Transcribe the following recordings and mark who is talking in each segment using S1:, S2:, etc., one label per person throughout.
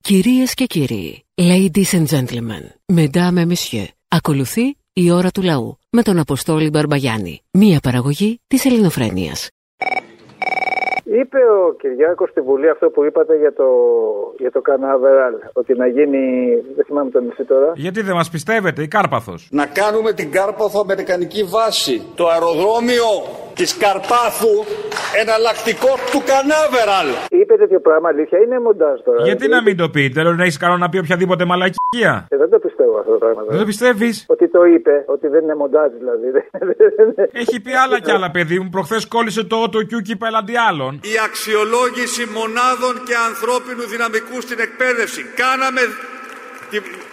S1: Κυρίες και κύριοι, ladies and gentlemen, mesdames et messieurs, ακολουθεί η ώρα του λαού με τον Αποστόλη Μπαρμπαγιάννη, μία παραγωγή της ελληνοφρένειας.
S2: Είπε ο Κυριάκος στη Βουλή αυτό που είπατε για το, για το Καναβεράλ, ότι να γίνει, δεν θυμάμαι το νησί τώρα.
S3: Γιατί δεν μας πιστεύετε, η Κάρπαθος.
S4: Να κάνουμε την Κάρπαθο Αμερικανική βάση. Το αεροδρόμιο της Καρπάθου εναλλακτικό του Κανάβεραλ.
S2: Είπε τέτοιο πράγμα, αλήθεια, είναι μοντάζ τώρα.
S3: Γιατί να μην το πείτε, λέω να έχεις καλό να πει οποιαδήποτε μαλακία.
S2: Ε, δεν το πιστεύω αυτό το πράγμα.
S3: Δεν το
S2: τώρα.
S3: πιστεύεις.
S2: Ότι το είπε, ότι δεν είναι μοντάζ δηλαδή.
S3: Έχει πει άλλα κι άλλα, παιδί μου. Προχθές κόλλησε το ότο κιούκι απέναντι άλλων.
S4: Η αξιολόγηση μονάδων και ανθρώπινου δυναμικού στην εκπαίδευση. Κάναμε... τη-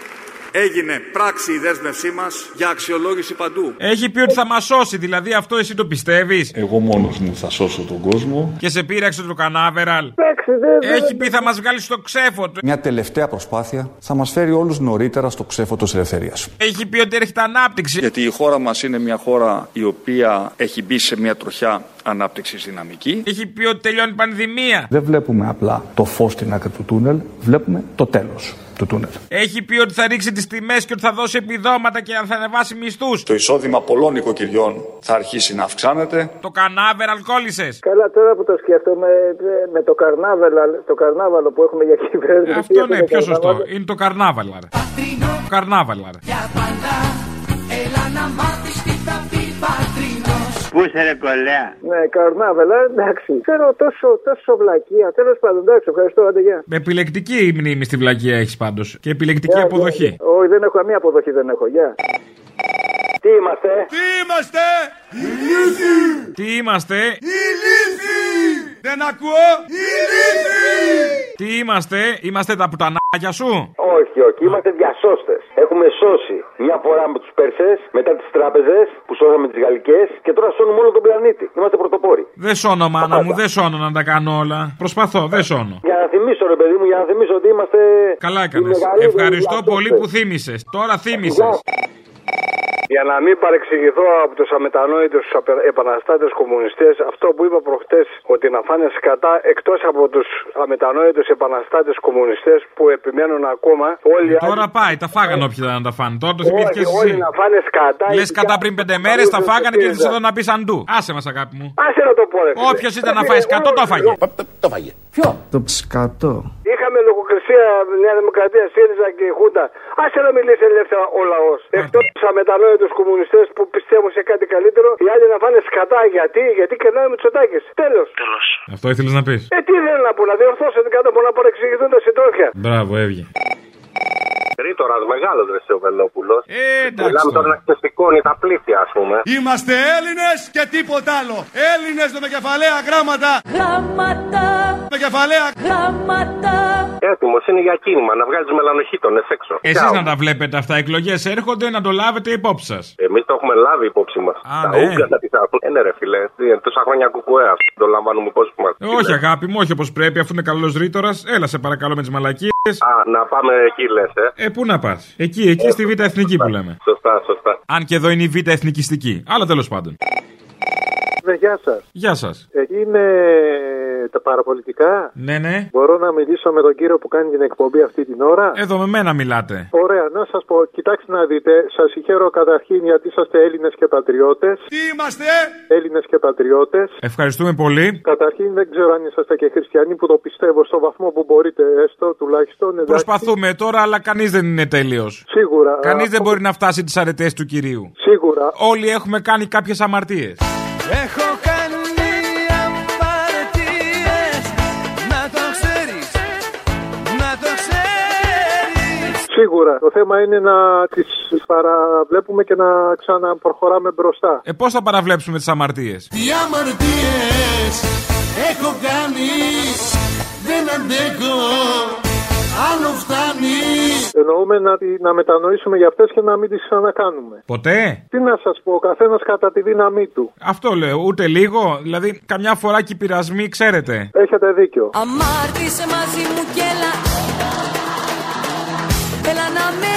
S4: Έγινε πράξη η δέσμευσή μας για αξιολόγηση παντού.
S3: Έχει πει ότι θα μας σώσει, δηλαδή αυτό εσύ το πιστεύεις.
S5: Εγώ μόνος μου θα σώσω τον κόσμο.
S3: Και σε πήραξε το κανάβεραλ.
S2: Εντάξει, δεν. δεν-
S3: Έχει πει θα μας βγάλει στο ξέφο του.
S6: Μια τελευταία προσπάθεια θα μας φέρει όλους νωρίτερα στο ξέφο της ελευθερίας.
S3: Έχει πει ότι έρχεται ανάπτυξη.
S5: Γιατί η χώρα μας είναι μια χώρα η οποία έχει μπει σε μια τροχιά ανάπτυξης δυναμική.
S3: Έχει πει ότι τελειώνει η πανδημία.
S6: Δεν βλέπουμε απλά το φως στην άκρη του τούνελ, βλέπουμε το τέλος του τούνελ.
S3: Έχει πει ότι θα ρίξει τις τιμές και ότι θα δώσει επιδόματα και θα ανεβάσει μισθούς.
S5: Το εισόδημα πολλών οικοκυριών θα αρχίσει να αυξάνεται.
S3: Το κανάβεραλ κόλλησε.
S2: Καλά, τώρα που το σκέφτομαι, ε, με το καρνάβελα, το καρνάβαλο που έχουμε για κυβέρνηση.
S3: Αυτό ναι, πιο
S2: καρνάβαλο.
S3: σωστό. Είναι το καρνάβαλαρ. Καρνάβαλαρ.
S7: Πού είσαι ρε κολλέα.
S2: Ναι, καρνάβελα, εντάξει. Ξέρω τόσο, τόσο βλακεία. Τέλος πάντων, εντάξει, ευχαριστώ, άντε, γεια.
S3: Επιλεκτική η μνήμη στη βλακία έχεις πάντως. Και επιλεκτική αποδοχή.
S2: Όχι, δεν έχω καμία αποδοχή, δεν έχω. Γεια. Τι είμαστε,
S4: Τι είμαστε!
S3: Τι είμαστε,
S4: Δεν ακούω!
S3: τι είμαστε, είμαστε τα πουτανάκια σου.
S8: Όχι, όχι, είμαστε διασώστες. Έχουμε σώσει μια φορά με τους Πέρσες, μετά τις τράπεζες που σώσαμε τις Γαλλικές και τώρα σώνουμε όλο τον πλανήτη. Είμαστε πρωτοπόροι.
S3: Δεν σώνω, μάνα μου, δεν σώνω να τα κάνω όλα. Προσπαθώ, δεν σώνω.
S8: Για να θυμίσω, ρε παιδί μου, για να θυμίσω ότι είμαστε.
S3: Καλά
S8: οι
S3: έκανες.
S8: μεγαλύτεροι
S3: Ευχαριστώ πολύ
S8: διασώστες.
S3: που θύμισες. Τώρα θύμισες.
S9: Για να μην παρεξηγηθώ από τους αμετανόητους επαναστάτες κομμουνιστές, αυτό που είπα προχτές ότι να φάνε σκατά εκτός από τους αμετανόητους επαναστάτες κομμουνιστές που επιμένουν ακόμα όλοι, οι
S3: Ε, Τώρα
S9: άλλοι-
S3: πάει, τα φάγανε όποιοι ήταν να τα φάνε. Τώρα το
S9: όλοι-
S3: θυμήθηκες
S9: όλοι
S3: εσύ.
S9: να φάνε σκατά.
S3: Λες
S9: ειδικά
S3: κατά πριν πέντε
S9: τους
S3: μέρες τα
S9: Αμερικανούς
S3: φάγανε και ήρθε
S9: ΣΥΡΙΖΑ.
S3: εδώ να πεις αντού. Άσε μας, αγάπη μου.
S9: Άσε να το πω, ρε, φίλε.
S3: Όποιος ήταν να φάει σκατό, το φάγε.
S9: Είχαμε λογοκρισία Νέα Δημοκρατία, ΣΥΡΙΖΑ και η Χούντα. Άσε να μιλήσει ελεύθερα ο λαός. Εκτό από τους αμετανόητους κομμουνιστές που πιστεύουν σε κάτι καλύτερο, οι άλλοι να φάνε σκατά. Γιατί, γιατί κερνάει με τσοτάκι. Τέλο.
S3: Αυτό ήθελες να πεις.
S9: Ε, τι θέλω να πω, να διορθώσω την κάτω να παρεξηγηθούν τα συντρόφια.
S3: Μπράβο, έβγε.
S8: Ρήτορα μεγάλο ρε ο Βελόπουλο.
S3: Ε, εντάξει. τώρα.
S8: ξεσηκώνει τα πλήθεια, ας πούμε.
S4: Είμαστε Έλληνες και τίποτα άλλο. Έλληνες με κεφαλαία γράμματα. Γράμματα. Με κεφαλαία.
S8: Έτοιμος είναι για κίνημα να βγάζει μελανοχήτονε έξω.
S3: Εσείς να τα βλέπετε αυτά. Εκλογές έρχονται να το λάβετε υπόψη σας.
S8: Εμείς το έχουμε λάβει υπόψη μας.
S3: Α,
S8: Τα
S3: ναι.
S8: ούγγατα τη αρπού. Ε, ναι, ρε φίλε. τι, ε, Τόσα χρόνια κουκουέ, ας πούμε, Το λαμβάνουμε υπόψη μας.
S3: Ε, Όχι, αγάπη μου, όχι όπως πρέπει, αφού είναι καλός ρήτορας. Έλα, σε παρακαλώ με τις μαλακίες.
S8: Α, να πάμε εκεί, λες, ε.
S3: Ε, πού να πας. Εκεί, εκεί στη Β' Εθνική που λέμε.
S8: Σωστά, σωστά.
S3: Αν και εδώ είναι η Β' Εθνικιστική. Αλλά τέλος πάντων.
S2: Ναι, γεια σας.
S3: Γεια σας.
S2: Εκεί είναι τα παραπολιτικά.
S3: Ναι, ναι.
S2: Μπορώ να μιλήσω με τον κύριο που κάνει την εκπομπή αυτή την ώρα.
S3: Εδώ με μένα μιλάτε.
S2: Ωραία, να σας πω, κοιτάξτε να δείτε, σας συγχαίρω καταρχήν γιατί είσαστε Έλληνες και πατριώτες.
S4: Τι είμαστε.
S2: Έλληνες και πατριώτες.
S3: Ευχαριστούμε πολύ.
S2: Καταρχήν δεν ξέρω αν είσαστε και χριστιανοί που το πιστεύω στο βαθμό που μπορείτε έστω τουλάχιστον. εντάξει.
S3: Προσπαθούμε τώρα, αλλά κανείς δεν είναι τέλειος.
S2: Σίγουρα.
S3: Κανείς
S2: Αυτό-
S3: δεν μπορεί να φτάσει τις αρετές του κυρίου.
S2: Σίγουρα.
S3: Όλοι έχουμε κάνει κάποιες αμαρτίες.
S7: Έχω κάνει αμαρτίες Να το ξέρεις Να το ξέρεις
S2: Σίγουρα. Το θέμα είναι να τις παραβλέπουμε και να ξαναπροχωράμε μπροστά.
S3: Ε, πώς θα παραβλέψουμε τις αμαρτίες.
S10: Τι αμαρτίες έχω κάνεις Δεν αντέχω Άλλο φτάνει
S2: Εννοούμε να, τη- να μετανοήσουμε για αυτές και να μην τις ξανακάνουμε.
S3: Ποτέ.
S2: Τι να σας πω, ο καθένας κατά τη δύναμή του.
S3: Αυτό λέω, ούτε λίγο. Δηλαδή, καμιά φορά και οι πειρασμοί, ξέρετε.
S2: Έχετε δίκιο.
S11: Αμάρτησε μαζί μου και έλα Έλα να με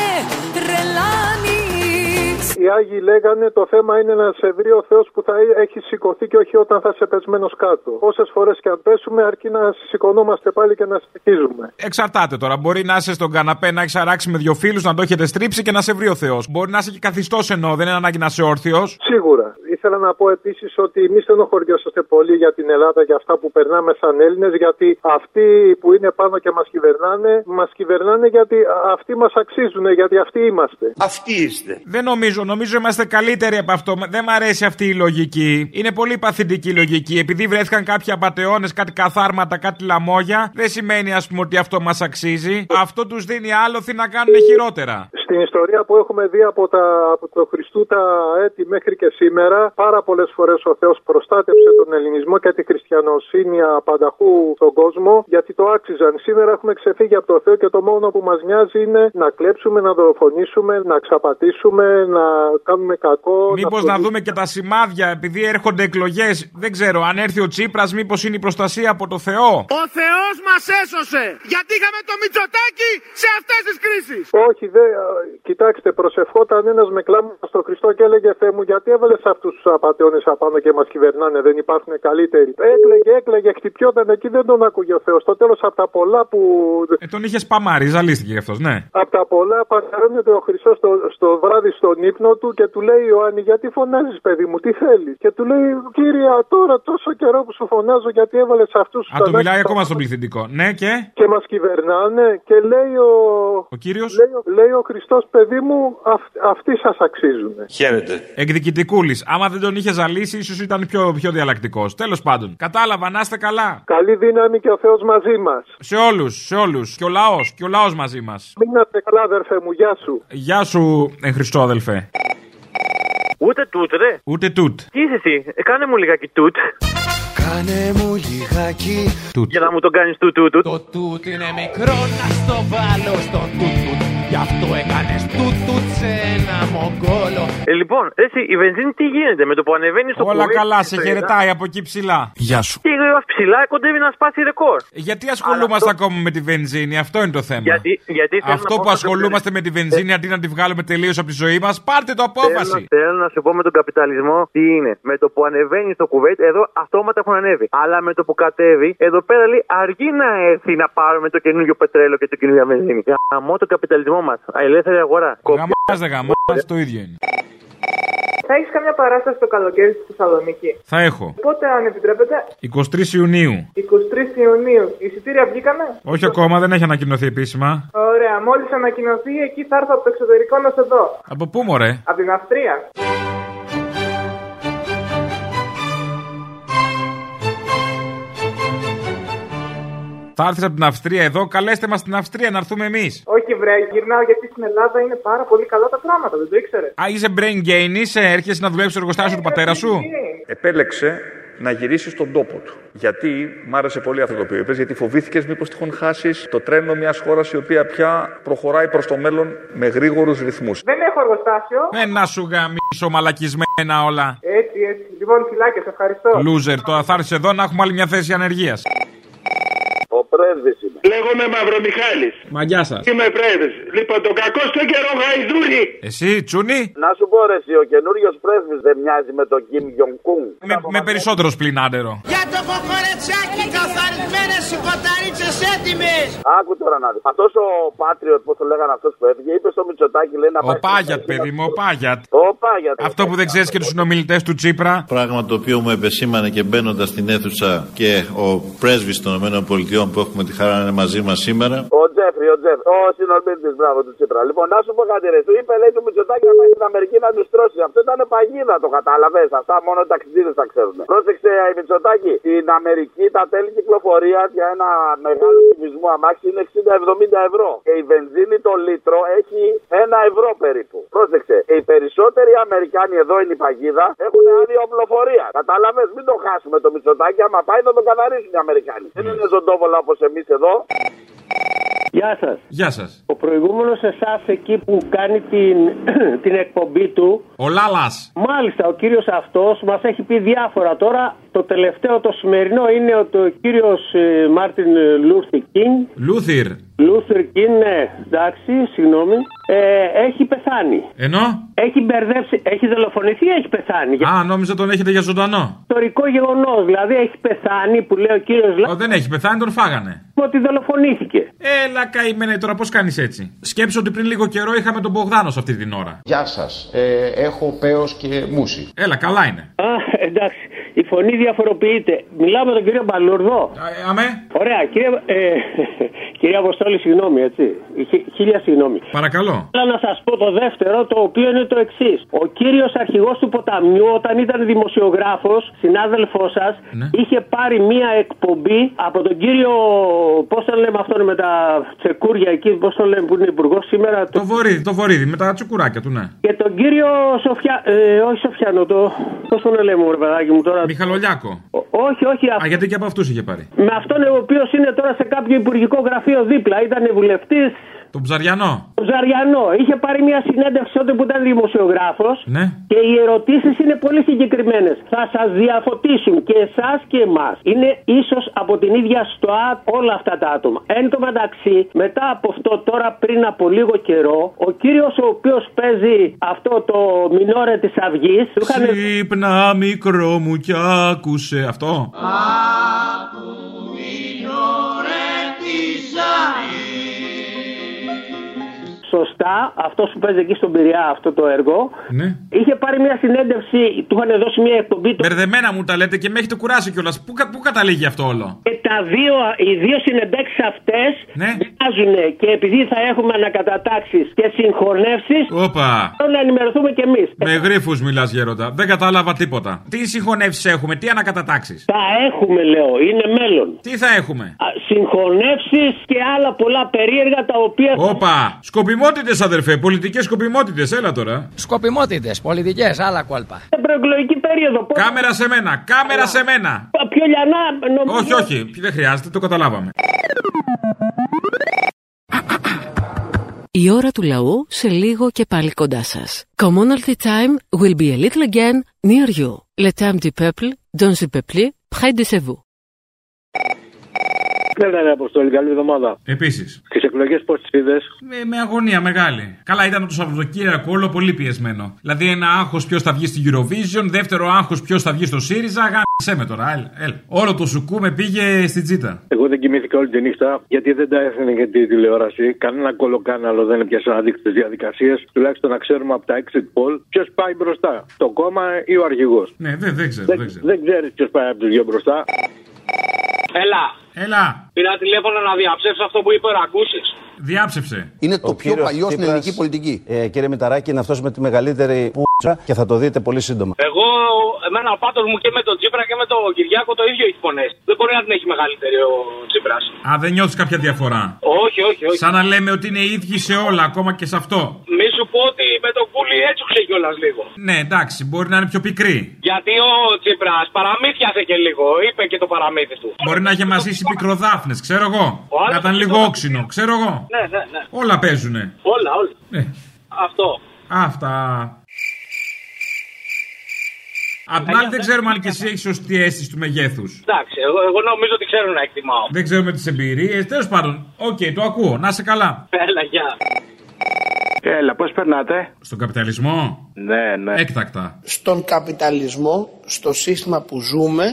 S11: τρελάνεις
S2: Η οι Άγιοι λέγανε το θέμα είναι να σε βρει ο Θεός που θα έχει σηκωθεί και όχι όταν θα είσαι πεσμένος κάτω. Όσες φορές και αν πέσουμε, αρκεί να σηκωνόμαστε πάλι και να συνεχίζουμε.
S3: Εξαρτάται τώρα. Μπορεί να είσαι στον καναπέ, να έχεις αράξει με δύο φίλους, να το έχετε στρίψει και να σε βρει ο Θεός. Μπορεί να είσαι και καθιστός ενώ δεν είναι ανάγκη να είσαι όρθιος.
S2: Σίγουρα. Ήθελα να πω επίσης ότι μη στενοχωριόσαστε πολύ για την Ελλάδα, για αυτά που περνάμε σαν Έλληνες, γιατί αυτοί που είναι πάνω και μας κυβερνάνε, μας κυβερνάνε γιατί αυτοί μας αξίζουν, γιατί αυτοί είμαστε.
S3: Αυτοί είστε. Δεν νομίζω, νομίζω είμαστε καλύτεροι από αυτό. Δεν μ' αρέσει αυτή η λογική. Είναι πολύ παθητική η λογική. Επειδή βρέθηκαν κάποιοι απαταιώνες, κάτι καθάρματα, κάτι λαμόγια, δεν σημαίνει ας πούμε ότι αυτό μας αξίζει. Αυτό τους δίνει άλοθη να κάνουν χειρότερα.
S2: Στην ιστορία που έχουμε δει από, τα, από το Χριστού τα έτη μέχρι και σήμερα, πάρα πολλές φορές ο Θεός προστάτευσε τον Ελληνισμό και τη χριστιανοσύνη απανταχού στον κόσμο, γιατί το άξιζαν. Σήμερα έχουμε ξεφύγει από το Θεό και το μόνο που μας νοιάζει είναι να κλέψουμε, να δολοφονήσουμε, να ξαπατήσουμε, να κάνουμε κακό.
S3: Μήπως να δούμε και τα σημάδια, επειδή έρχονται εκλογές. Δεν ξέρω, αν έρθει ο Τσίπρας, μήπως είναι η προστασία από το Θεό.
S9: Ο Θεός μας έσωσε! Γιατί είχαμε το Μητσοτάκι σε αυτές τις κρίσεις!
S2: Όχι, δε, κοιτάξτε, προσευχόταν ένας με κλάμα στο Χριστό και έλεγε Θεέ μου, γιατί έβαλες αυτούς τους απαταιώνες απάνω και μας κυβερνάνε, δεν υπάρχουν καλύτεροι. Έκλεγε, έκλεγε, χτυπιόταν εκεί, δεν τον άκουγε ο Θεός. Στο τέλος, από τα πολλά που.
S3: Ε, τον είχε παμάρει, ζαλίστηκε γι' αυτός, ναι.
S2: Από τα πολλά παραρώνεται ο Χριστός στο, στο βράδυ στον ύπνο του και του λέει Ιωάννη, γιατί φωνάζεις, παιδί μου, τι θέλεις. Και του λέει, κύριε, τώρα τόσο καιρό που σου φωνάζω, γιατί έβαλες αυτούς του.
S3: Α, τους μιλάει ακόμα στον πληθυντικό. Ναι, και.
S2: Και μας κυβερνάνε και λέει ο.
S3: Ο κύριος.
S2: Λέει, λέει ο Χριστός, παιδί μου, αυ, αυτοί σας αξίζουν.
S3: Χαίρετε. Εκδικητικούλης. Άμα δεν τον είχε ζαλίσει, ίσως ήταν πιο, πιο διαλλακτικός. Τέλος πάντων. Κατάλαβα, να είστε καλά.
S2: Καλή δύναμη και ο Θεός μαζί μας.
S3: Σε όλους, σε όλους. Και ο λαός, και ο λαός μαζί μας.
S2: Μείνατε καλά, αδερφέ μου, γεια σου.
S3: Γεια σου, ε, εν Χριστό, αδελφέ.
S12: Ούτε τούτ, ρε.
S3: Ούτε τούτ.
S12: Τι είσαι εσύ, ε, κάνε μου λιγάκι τούτ.
S7: Κάνε μου λιγάκι
S3: Τούτ.
S12: Για να μου τον κάνεις τούτ, τούτ. τούτ.
S7: Το τούτ είναι μικρό να στο βάλω στο τούτ τούτ Γι' αυτό έκανες τούτ τούτ σε ένα μογκόλο
S12: Ε, λοιπόν, εσύ, η βενζίνη τι γίνεται με το που ανεβαίνει στο
S3: Όλα
S12: κουβί,
S3: καλά,
S12: στο
S3: σε χαιρετάει από εκεί ψηλά. Γεια σου.
S12: Και εγώ ψηλά κοντεύει να σπάσει ρεκόρ.
S3: Γιατί ασχολούμαστε ακόμα με τη βενζίνη, αυτό είναι το θέμα.
S12: Γιατί, γιατί θέλω
S3: αυτό
S12: να
S3: που
S12: πω-
S3: ασχολούμαστε με τη βενζίνη αντί να τη βγάλουμε τελείως από τη ζωή μας, πάρτε το απόφαση.
S12: Θέλω, θέλω να σου πω με τον καπιταλισμό τι είναι. Με το που ανεβαίνει στο κουβέιτ, εδώ αυτόματα έχουν ανέβει. Αλλά με το που κατέβει, εδώ πέρα λέει αργεί να έρθει να πάρουμε το καινούριο πετρέλαιο και το καινούριο βενζίνη. Γαμώ τον καπιταλισμό μας. Ελεύθερη αγορά.
S3: Γαμάς δεν γαμάς, το ίδιο είναι.
S13: Θα έχεις καμιά παράσταση το καλοκαίρι στη Θεσσαλονίκη.
S3: Θα έχω.
S13: Πότε, αν επιτρέπετε,
S3: 23 Ιουνίου.
S13: 23 Ιουνίου. Εισιτήρια βγήκανε.
S3: Όχι ακόμα, δεν έχει ανακοινωθεί επίσημα.
S13: Ωραία, μόλις ανακοινωθεί, εκεί θα έρθω από το εξωτερικό να σε δω.
S3: Από πού μωρέ.
S13: Από την Αυστρία.
S3: Θα έρθεις από την Αυστρία εδώ, καλέστε μας στην Αυστρία να έρθουμε εμείς.
S13: Όχι, βρε, γυρνάω γιατί στην Ελλάδα είναι πάρα πολύ καλά τα πράγματα, δεν το ήξερες.
S3: Α, είσαι brain gain, είσαι, έρχεσαι να δουλέψεις στο εργοστάσιο του πατέρα σου.
S6: Επέλεξε να γυρίσεις στον τόπο του. Γιατί μ' άρεσε πολύ αυτό το οποίο είπες, Γιατί φοβήθηκες μήπως τυχόν χάσεις το τρένο μιας χώρας η οποία πια προχωράει προς το μέλλον με γρήγορους ρυθμούς.
S13: Δεν έχω εργοστάσιο.
S3: Ε, να σου γαμίσω μαλακισμένα όλα.
S13: Έτσι, έτσι. Λοιπόν, φυλάκια, σε ευχαριστώ.
S3: Λούζερ, τώρα θα έρθεις εδώ να έχουμε άλλη μια θέση ανεργίας.
S14: Ο πρέσβη είμαι. Λέγομαι Μαυρομιχάλης.
S3: Μαγιά σας.
S14: Είμαι πρέσβης. Λοιπόν, τον κακό στον καιρό γαϊδούρι.
S3: Εσύ, Τσούνι,
S14: Να σου πω ρε, εσύ, ο καινούριος πρέσβης δεν μοιάζει με τον Κιμ Γιονκούν.
S3: με, με περισσότερο σπλινάντερο.
S7: Για το κοκορετσάκι καθαρισμένες σου κοταρίτσες έτοιμες
S14: Άκου τώρα να δεις. Αυτός ο Πάτριο, πώς το λέγανε αυτός που έφυγε, είπε στο Μητσοτάκι, λέει να
S3: Ο
S14: πάει.
S3: Πάγιατ, παιδί μου, ο Πάγιατ.
S14: Ο Πάγιατ.
S3: Αυτό που δεν ξέρεις και τους συνομιλητές του Τσίπρα.
S15: Πράγμα το οποίο μου επεσήμανε και μπαίνοντας στην αίθουσα και ο πρέσβης των ΗΠΑ που έχουμε τη χαρά να είναι μαζί μας σήμερα.
S14: Ο Τζέφρι, ο Τζέφρι. Ο συνομιλητής, μπράβο του Τσίπρα. Λοιπόν, να σου πω κάτι ρε. Του είπε, λέει του Μητσοτάκη να πάει στην Αμερική να τους τρώσει. Αυτό ήταν παγίδα, το κατάλαβες. Αυτά μόνο οι ταξιδίδε τα ξέρουν. Πρόσεξε, η Μητσοτάκη. Στην Αμερική τα τέλη κυκλοφορία για ένα μεγάλο κυβισμό αμάξι είναι 60-70 ευρώ. Και η βενζίνη το λίτρο έχει ένα ευρώ περίπου. Πρόσεξε, οι περισσότεροι Αμερικάνοι εδώ είναι η παγίδα έχουν άδεια οπλοφορία. Κατάλαβες, μην το χάσουμε το Μητσοτάκη. Άμα πάει θα τον καθαρίσουν οι Αμερικάνοι. Δεν είναι ζωντόβολα όπως εμείς εδώ.
S16: Γεια σας.
S3: Γεια σας.
S16: Ο προηγούμενος εσάς εκεί που κάνει την, την εκπομπή του.
S3: Ο Λάλας.
S16: Μάλιστα, ο κύριος αυτός μας έχει πει διάφορα τώρα. Το ε, τελευταίο, το σημερινό, είναι ότι ο κύριος Μάρτιν Λούθι Κίνγκ.
S3: Λούθυρ.
S16: Λούθερ Κιν, ναι, εντάξει, συγγνώμη. Ε, έχει πεθάνει.
S3: Ενώ.
S16: Έχει μπερδέψει, έχει δολοφονηθεί ή έχει πεθάνει.
S3: Α, νόμιζα τον έχετε για ζωντανό.
S16: Ιστορικό γεγονός, δηλαδή έχει πεθάνει που λέει ο κύριος
S3: Λάμπερτ. Δεν έχει πεθάνει, τον φάγανε.
S16: Ότι δολοφονήθηκε.
S3: Έλα, καημένε τώρα, πώς κάνεις έτσι. Σκέψω ότι πριν λίγο καιρό είχαμε τον Μπογδάνο σε αυτή την ώρα.
S17: Γεια σας. Ε, έχω πέος και μουσι.
S3: Έλα, καλά είναι.
S16: Α, εντάξει. Η φωνή διαφοροποιείται. Μιλάω με τον κύριο Μπαλούρδο.
S3: αμέ.
S16: Ωραία, κύριε, ε, κυρία Αποστόλη, συγγνώμη, έτσι. Χι- χίλια συγγνώμη.
S3: Παρακαλώ.
S16: Θέλω να σας πω το δεύτερο, το οποίο είναι το εξής. Ο κύριος αρχηγός του ποταμιού, όταν ήταν δημοσιογράφος, συνάδελφός σας,
S3: Ναι.
S16: είχε πάρει μία εκπομπή από τον κύριο. Πώς τον λέμε αυτόν με τα τσεκούρια εκεί, πώς τον λέμε που είναι υπουργός σήμερα.
S3: Το βορίδι, το βορίδι, με τα τσουκουράκια του, ναι.
S16: Και τον κύριο Σοφιά. Ε, όχι Σοφιάνο, το. Πώς τον λέμε, ρε παιδάκι μου τώρα.
S3: Μιχαλολιάκο.
S16: όχι, όχι.
S3: Α, γιατί και από αυτούς είχε πάρει.
S16: Με αυτόν ο οποίος είναι τώρα σε κάποιο υπουργικό γραφείο δίπλα. Ήταν βουλευτής.
S3: Τον ψαριανό.
S16: Ο Ζαριανό είχε πάρει μια συνέντευξη τότε που ήταν δημοσιογράφος.
S3: Ναι.
S16: Και οι ερωτήσεις είναι πολύ συγκεκριμένες. Θα σας διαφωτίσουν και εσάς και εμάς. Είναι ίσως από την ίδια στοά όλα αυτά τα άτομα. Εν τω μεταξύ, μετά από αυτό, τώρα πριν από λίγο καιρό, ο κύριος ο οποίος παίζει αυτό το μινόρε της Αυγής. Του είχαν
S3: Ξύπνα μικρό μου κι άκουσε αυτό.
S16: σωστά αυτός που παίζει εκεί στον Πειραιά αυτό το έργο.
S3: Ναι.
S16: Είχε πάρει μια συνέντευξη, του είχαν δώσει μια εκπομπή. Το...
S3: Μπερδεμένα μου τα λέτε και με έχετε κουράσει κιόλας. Πού, κα- πού καταλήγει αυτό όλο.
S16: Και τα δύο, οι δύο συνεντέξει αυτές
S3: Ναι.
S16: βγάζουνε και επειδή θα έχουμε ανακατατάξεις και συγχωνεύσεις,
S3: Όπα.
S16: θέλω να ενημερωθούμε κι εμείς.
S3: Με γρήφου μιλά γέροντα. Δεν κατάλαβα τίποτα. Τι συγχωνεύσεις έχουμε, τι ανακατατάξεις.
S16: Τα έχουμε, λέω, είναι μέλλον.
S3: Τι θα έχουμε.
S16: Συγχωνεύσεις και άλλα πολλά περίεργα τα οποία.
S3: Όπα. Σκοπιμότητες, αδερφέ. Πολιτικές σκοπιμότητες. Έλα τώρα.
S18: Σκοπιμότητες, πολιτικές, άλλα κόλπα.
S16: Σε προεκλογική περίοδο. Πώς...
S3: Κάμερα σε μένα. Κάμερα σε μένα.
S16: Πιο λιανά, νομίζω.
S3: Όχι, όχι. Δεν χρειάζεται, το καταλάβαμε.
S1: Η ώρα του λαού σε λίγο και πάλι κοντά σας. Commonalty time will be a little again near you. Le temps du peuple, dans le peuple, près de chez vous.
S19: Πέρα είναι Ναι, αποστολή, καλή εβδομάδα.
S3: Επίσης.
S19: Τις εκλογές πώς τις είδες.
S3: Με, με αγωνία μεγάλη. Καλά, ήταν το Σαββατοκύριακο όλο πολύ πιεσμένο. Δηλαδή, ένα άγχος ποιος θα βγει στην Eurovision, δεύτερο άγχος ποιος θα βγει στο ΣΥΡΙΖΑ. Γάμισε με τώρα, έλα, έλα. Όλο το σουκού με πήγε στην τσίτα.
S19: Εγώ δεν κοιμήθηκα όλη τη νύχτα γιατί δεν τα έφερε και τη τηλεόραση. Κανένα κολοκάναλο δεν έπιασε να δείξει τις διαδικασίες. Τουλάχιστον να ξέρουμε από τα exit poll ποιος πάει μπροστά. Το κόμμα ή ο αρχηγός.
S3: Ναι, δεν, δεν ξέρω, δεν
S19: Δεν,
S3: ξέρω.
S19: δεν ξέρεις ποιος πάει από τους δύο μπροστά.
S4: Έλα.
S3: Έλα.
S4: Πήρα τηλέφωνο να διαψεύσω αυτό που είπε ο Ρακούσης.
S3: Διάψευσε.
S15: Είναι το πιο παλιό στην ελληνική πολιτική. Ε, κύριε Μηταράκη, είναι αυτός με τη μεγαλύτερη που και θα το δείτε πολύ σύντομα.
S4: Εγώ, εμένα ο πάτος μου και με τον Τσίπρα και με τον Κυριάκο το ίδιο έχει πονέσει. Δεν μπορεί να την έχει μεγαλύτερη ο Τσίπρας.
S3: Α, δεν νιώθεις κάποια διαφορά.
S4: Όχι, όχι, όχι.
S3: Σαν να λέμε ότι είναι οι ίδιοι σε όλα, ακόμα και σε αυτό.
S4: Μη σου πω ότι με τον Κούλι έτσουξε κιόλας λίγο.
S3: Ναι, εντάξει, μπορεί να είναι πιο πικρή.
S4: Γιατί ο Τσίπρας παραμύθιασε και λίγο, είπε και το παραμύθι του.
S3: Μπορεί να έχει μαζίσει πικροδάφνες, ξέρω εγώ.
S4: Ο άλλος
S3: Να ήταν
S4: είναι
S3: λίγο
S4: τώρα-
S3: όξινο, ξέρω εγώ.
S4: Ναι, ναι, ναι.
S3: Όλα παίζουνε.
S4: Όλα, όλα.
S3: Ναι.
S4: Αυτό.
S3: Αυτά. Απ' την άλλη, δεν ξέρουμε αν και εσύ έχεις σωστή αίσθηση του μεγέθους.
S4: Εντάξει, εγώ, εγώ νομίζω ότι ξέρω να εκτιμάω.
S3: Δεν ξέρουμε τις εμπειρίες. Τέλος πάντων, οκ, το ακούω. Να είσαι καλά.
S4: Έλα, γεια.
S3: Έλα, πώς περνάτε. Στον καπιταλισμό.
S19: Ναι, ναι.
S3: Έκτακτα.
S6: στον καπιταλισμό, στο σύστημα που ζούμε,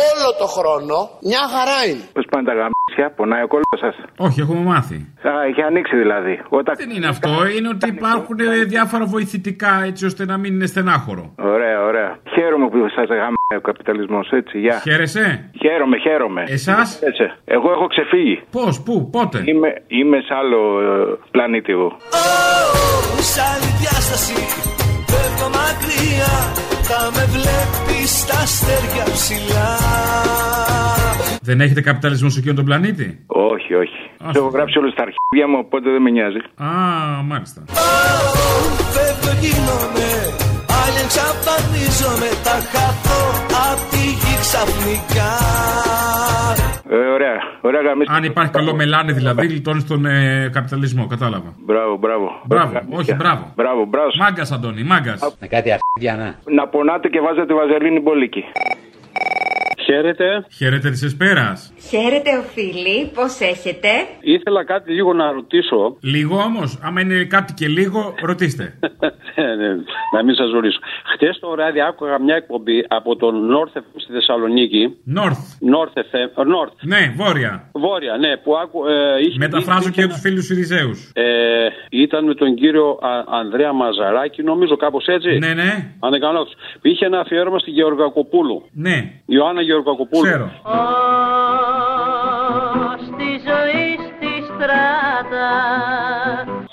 S6: όλο το χρόνο μια χαρά είναι.
S19: Πώς πάνε τα γαμίσια, πονάει ο κόλπος σας.
S3: Όχι, έχουμε μάθει.
S19: Α, έχει ανοίξει δηλαδή. Όταν...
S3: Δεν είναι αυτό, είναι ότι υπάρχουν ε, διάφορα βοηθητικά έτσι ώστε να μην είναι στενάχωρο.
S19: Ωραία, ωραία. Χαίρομαι που σας γαμάει ο καπιταλισμός, έτσι, γεια.
S3: Χαίρεσαι.
S19: Χαίρομαι, χαίρομαι.
S3: Εσάς.
S19: Εγώ έχω ξεφύγει.
S3: Πώς, πού, πότε.
S19: Είμαι, είμαι σε άλλο ε, πλανήτη εγώ.
S7: Σ' άλλη διάσταση Πέφτω μακριά Θα με βλέπεις τα αστέρια ψηλά
S3: Δεν έχετε καπιταλισμό σε εκείνον τον πλανήτη.
S19: Όχι, όχι. Το έχω γράψει όλο στα αρχίδια μου, οπότε δεν με νοιάζει.
S3: Α, μάλιστα.
S7: Φεύγω γίνομαι Άλλη εξαφανίζομαι Τα χαθώ απ' τη γη ξαφνικά
S19: Ε, ωραία, ωραία γαμίσια.
S3: Αν υπάρχει καλό μελάνι δηλαδή, γλιτώνεις τον ε, καπιταλισμό, κατάλαβα.
S19: Μπράβο, μπράβο.
S3: Μπράβο,
S19: Ωραία
S3: όχι,
S19: γαμίσια.
S3: μπράβο.
S19: Μπράβο, μπράβο.
S3: Μάγκας, Αντώνη, μάγκας.
S19: Να πονάτε και βάζετε βαζελίνη μπολίκι.
S4: Χαίρετε.
S3: Χαίρετε της Εσπέρας.
S20: Χαίρετε, φίλοι, πώς έχετε.
S4: Ήθελα κάτι λίγο να ρωτήσω.
S3: Λίγο όμως, άμα είναι κάτι και λίγο, ρωτήστε.
S4: Ναι, ναι, να μην σας ρωτήσω. Χθε το βράδυ άκουγα μια εκπομπή από τον North FM στη Θεσσαλονίκη.
S3: North.
S4: North FM. ε, North.
S3: Ναι, βόρεια.
S4: Βόρεια, ναι, που άκου, ε, είχε.
S3: Μεταφράζω
S4: είχε
S3: και
S4: ένα-
S3: τους φίλους Ιριζέου.
S4: Ε, ήταν με τον κύριο Α- Ανδρέα Μαζαράκη, νομίζω κάπως έτσι.
S3: Ναι, ναι.
S4: Αν δεν κάνω λάθος. Είχε ένα αφιέρωμα στη Γεωργακοπούλου.
S3: Ναι,
S4: Ιωάννα Γεωργακοπούλου.
S3: Ξέρω.
S21: Στη ζωή στη στράτα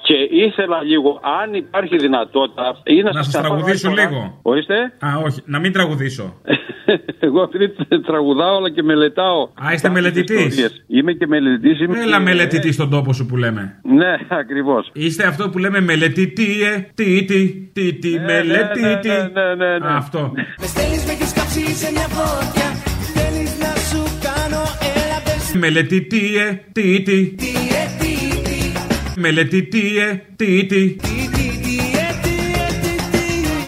S4: Και ήθελα λίγο, αν υπάρχει δυνατότητα. Ή
S3: Να
S4: να σας
S3: σας
S4: τα πάρω
S3: τραγουδήσω
S4: άλλη φορά.
S3: λίγο.
S4: Ορίστε.
S3: Α, όχι, να μην τραγουδήσω.
S4: Εγώ αυτή τη- τραγουδάω αλλά και μελετάω.
S3: Α, είστε
S4: κάποιες
S3: μελετητής.
S4: ιστορίες. Είμαι Ε, και μελετητής.
S3: Έλα μελετητής στον τόπο σου που λέμε.
S4: Ναι, ακριβώς.
S3: Είστε αυτό που λέμε μελετητή, ε. Τι, τι, τι,
S4: Ε,
S3: τι,
S4: ναι,
S3: μελετητή. Αυτό.
S11: Με στέλνεις με έχεις κάψει σε μια φωτιά Θέλεις να σου κάνω έλα πες
S3: Μελετητή, ε. Τι, τι.
S11: τι ε, τι, τι,
S3: Μελετητή, ε. Τι, τι.
S11: τι, τι, ε, τι, ε, τι, τι.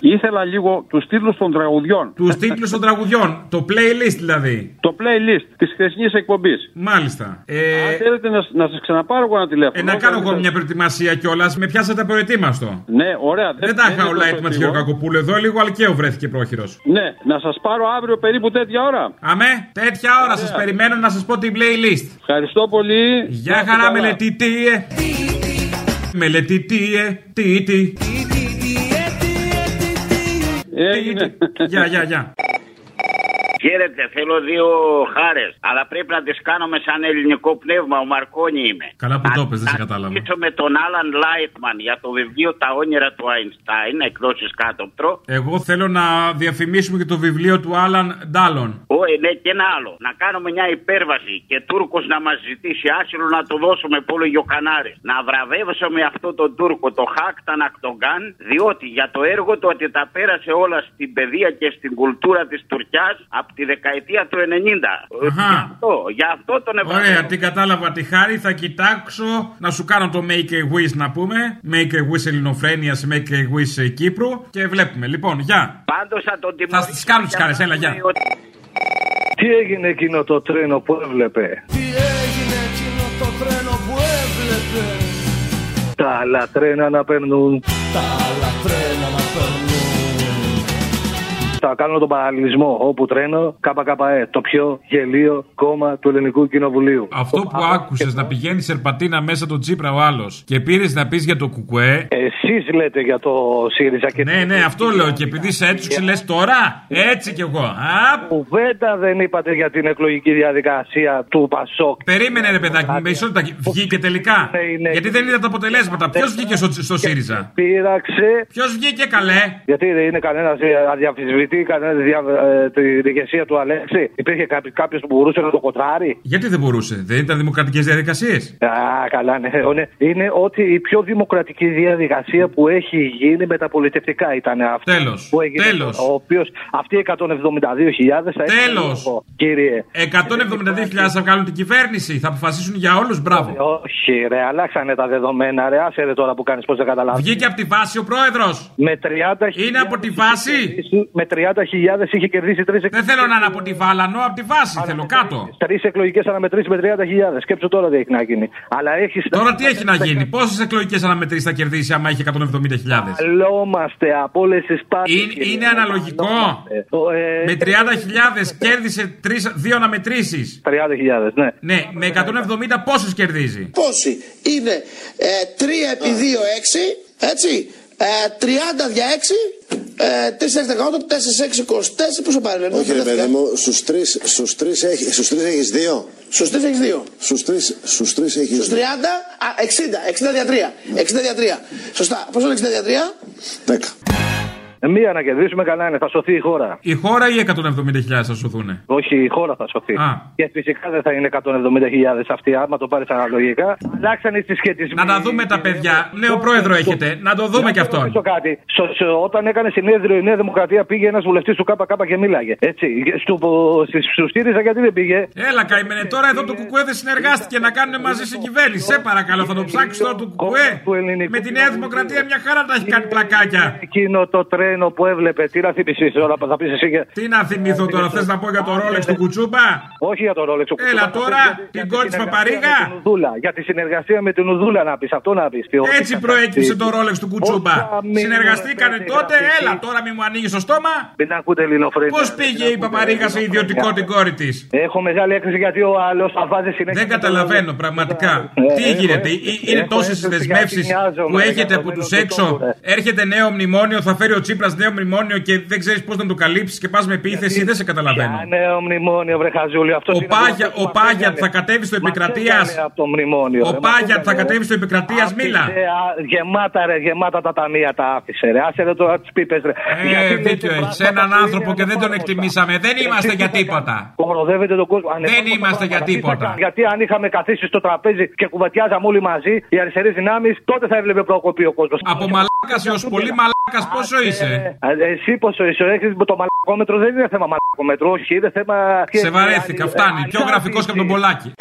S4: Ήθελα λίγο τους τίτλους των τραγουδιών.
S3: Τους τίτλους των τραγουδιών. Το playlist δηλαδή.
S4: Το playlist της χθεσινής εκπομπής.
S3: Μάλιστα. Ε,
S4: Αν θέλετε να, να σας ξαναπάρω εγώ ένα τηλέφωνο.
S3: ε, να κάνω εγώ μια προετοιμασία κιόλας. Με πιάσατε απροετοίμαστο.
S4: Ναι, ωραία.
S3: Δεν τα είχα όλα έτοιμα της Γεωργακοπούλου εδώ. Λίγο αλκαίο βρέθηκε πρόχειρος.
S4: Ναι, να σας πάρω αύριο περίπου τέτοια ώρα.
S3: Αμέ, τέτοια ώρα σας περιμένω να σας πω την playlist.
S4: Ευχαριστώ πολύ.
S3: Γεια χαρά, μελετητή, ε. Μελετητή, ε. Τι, τι.
S4: Ε,
S3: Τι, τι. Γεια, γεια, γεια.
S22: Χαίρετε, θέλω δύο χάρες. Αλλά πρέπει να τις κάνουμε σαν ελληνικό πνεύμα. Ο Μαρκόνι είμαι.
S3: Καλά που το πες, δεν σε κατάλαβα.
S22: Μιλήσω με τον Άλαν Λάιτμαν για το βιβλίο Τα όνειρα του Αϊνστάιν, εκδόσεις κάτωπτρο.
S3: Εγώ θέλω να διαφημίσουμε και το βιβλίο του Άλαν Ντάλλον.
S22: Όχι, ναι, και ένα άλλο. Να κάνουμε μια υπέρβαση και Τούρκος να μας ζητήσει άσυλο να το δώσουμε πόλογιο κανάρι. Να βραβεύσουμε αυτό τον Τούρκο, το Χάκταν Ακτογκάν, διότι για το έργο του ότι τα πέρασε όλα στην παιδεία και στην κουλτούρα της Τουρκιάς από τη δεκαετία του 90.
S3: Αχα.
S22: Αυτό, για αυτό τον
S3: Ωραία,
S22: ευρωπαίο.
S3: τι κατάλαβα τη χάρη. Θα κοιτάξω να σου κάνω το Make a Wish να πούμε. Make a Wish Ελληνοφρένειας, Make a Wish ε, Κύπρου. Και βλέπουμε. Λοιπόν, γεια.
S22: Πάντως θα τον
S3: Θα τι κάνω τις χάρε, έλα, γεια.
S19: Τι έγινε εκείνο το τρένο που έβλεπε.
S11: Τι έγινε εκείνο το τρένο που έβλεπε
S19: Τα άλλα τρένα να περνούν.
S11: Τα άλλα τρένα να περνούν
S19: Θα κάνω τον παραλληλισμό όπου τρένο ΚΚΕ, το πιο γελίο κόμμα του Ελληνικού Κοινοβουλίου.
S3: Αυτό που άκουσε να πηγαίνεις σερπατίνα μέσα τον Τσίπρα ο άλλος και πήρες να πεις για το κουκουέ.
S19: Εσείς λέτε για το ΣΥΡΙΖΑ και
S3: Ναι, ναι, αυτό λέω. Και επειδή σε έτουξε, λες τώρα, έτσι κι εγώ. Α,
S19: Κουβέντα δεν είπατε για την εκλογική διαδικασία του Πασόκ.
S3: περίμενε ρε παιδάκι μου, με ισότητα βγήκε τελικά. Γιατί δεν είδα τα αποτελέσματα. Ποιος βγήκε στο, στο ΣΥΡΙΖΑ.
S19: Πείραξε.
S3: Ποιος βγήκε καλέ.
S19: Γιατί δεν είναι κανένας αδιαφυσβητή, κανένα δια, ε, την ηγεσία του Αλέξη. Υπήρχε κάποιος που μπορούσε να το κοτράρει.
S3: Γιατί δεν μπορούσε, δεν ήταν δημοκρατικές διαδικασίες.
S19: Α, καλά, ναι. Ω, ναι. Είναι ότι η πιο δημοκρατική διαδικασία που έχει γίνει με τα πολιτευτικά ήταν αυτή.
S3: Τέλος.
S19: Που έγινε,
S3: τέλος.
S19: Ο οποίος, αυτοί οι 172.000 θα έχουν
S3: Τέλος.
S19: λόγο, κύριε.
S3: 172.000 θα βγάλουν την κυβέρνηση, θα αποφασίσουν για όλους, μπράβο.
S19: Όχι, ρε, αλλάξανε τα δεδομένα, ρε. Άσε ρε τώρα που κάνεις πώς δεν καταλάβεις.
S3: Βγήκε από τη βάση ο πρόεδρος.
S19: Με 30
S3: Είναι από τη βάση.
S19: Με 30.000 είχε κερδίσει τρεις
S3: Δεν θέλω να είναι από τη βαλανό, από τη βάση. Θέλω κάτω.
S19: εκλογικές αναμετρήσεις με 30.000. Σκέψου τώρα τι έχει να γίνει. Αλλά έχει.
S3: Τώρα τι έχει να γίνει, πόσες εκλογικές αναμετρήσεις θα κερδίσει άμα έχει 170.000.
S19: Καλόμαστε από όλες τις πάρτες.
S3: Είναι, είναι αναλογικό.
S19: Ε,
S3: Με 30.000 κέρδισε τρεις, δύο αναμετρήσεις.
S19: 30.000, ε. ναι.
S3: Ναι, με 170 πόσες κερδίζει.
S23: Πόσοι είναι ε, 3 επί 2, 6, έτσι, ε, 30 δια 6, ε, 3 4, 6, 24, πόσο πάρει, Λένε,
S24: Όχι, ρε
S23: δεν
S24: παιδί
S23: θυμάμαι.
S24: μου, στους τρεις στους τρεις έχ- στους τρεις έχεις δύο.
S23: Στους τρεις έχεις δύο.
S24: Στους τρεις, στους τρεις έχεις
S23: Στους 30,
S24: δύο.
S23: α, 60, 60 δια 3, 60 δια 3. Σωστά, πόσο είναι 60 δια 3,
S19: Μία να κερδίσουμε καλά είναι, θα σωθεί η χώρα.
S3: Η χώρα ή 170.000 θα σωθούν.
S19: Όχι, η χώρα θα σωθεί.
S3: Α.
S19: Και φυσικά δεν θα είναι 170.000 αυτή, άμα το πάρει αναλογικά. Αλλάξανε τι σχετισμοί.
S3: Να τα δούμε τα παιδιά. Νέο πρόεδρο έχετε. Να το δούμε κι αυτόν.
S19: Ρωτήσω κάτι. Στο- στο- όταν έκανε συνέδριο η Νέα Δημοκρατία πήγε ένας βουλευτής του ΚΚ και μίλαγε. Έτσι. Στου, στις- στους ΣΥΡΙΖΑ γιατί δεν πήγε.
S3: Έλα, καημένε τώρα εδώ το Κουκουέ δεν συνεργάστηκε να κάνουν μαζί συγκυβέρνηση. Σε παρακαλώ, θα το ψάξει τώρα το Κουκουέ. Με τη Νέα Δημοκρατία μια χαρά τα έχει κάνει πλακάκια.
S19: Εκείνο το τρένο. Μαρίνο που έβλεπε, τι να θυμηθείς τώρα που θα πεις εσύ. για-
S3: Τι να θυμηθώ τώρα, θες να πω για το ρόλεξ του Κουτσούμπα.
S19: ναι. Όχι για το ρόλεξ του
S3: Κουτσούμπα. Έλα τώρα, την κόρη τη Παπαρίγα.
S19: Ουδούλα, για τη συνεργασία με την Ουδούλα να πεις αυτό να πεις.
S3: Έτσι προέκυψε το ρόλεξ του Κουτσούμπα. Συνεργαστήκανε τότε, έλα τώρα μη μου ανοίγεις το στόμα.
S19: Μην ακούτε ελληνοφρένια.
S3: Πώ πήγε η Παπαρίγα σε ιδιωτικό την κόρη της.
S19: Έχω μεγάλη έκθεση γιατί ο άλλος θα βάζει συνέχεια.
S3: Δεν καταλαβαίνω πραγματικά. Τι γίνεται, ε, είναι τόσες οι δεσμεύσεις που έχετε από του έξω. Έρχεται νέο μνημόνιο, θα φέρει ο Τσίπρας νέο μνημόνιο και δεν ξέρεις πώς να το καλύψεις και πας με επίθεση. Δεν σε καταλαβαίνω.
S19: Νέο μνημόνιο, βρε Χαζούλη. Αυτός
S3: Ο Πάγια, ο Πάγιατ θα κατέβει στο επικρατεία.
S19: από το μνημόνιο.
S3: Ο Πάγιατ θα κατέβει στο επικρατείας, μίλα.
S19: Γεμάτα, ρε, γεμάτα τα ταμεία τα άφησε. Ρε. Άσε ρε τώρα τις πίπες.
S3: Ε, δίκιο έχει. Έναν άνθρωπο και δεν τον εκτιμήσαμε. Δεν είμαστε για τίποτα.
S19: Κοροδεύετε τον κόσμο.
S3: Δεν είμαστε για τίποτα.
S19: Γιατί αν είχαμε καθίσει στο τραπέζι και κουβατιάζαμε όλοι μαζί οι αριστερές δυνάμεις, τότε θα έβλεπε προκοπή ο κόσμος.
S3: Από μαλάκας έως πολύ μαλάκα πόσο είσαι.
S19: Ε, Εσύ πόσο είσαι, έχεις το μαλακόμετρο δεν είναι θέμα μαλακόμετρο, όχι, είναι θέμα.
S3: Σε βαρέθηκα, φτάνει. Πιο γραφικό και από τον Πολάκη.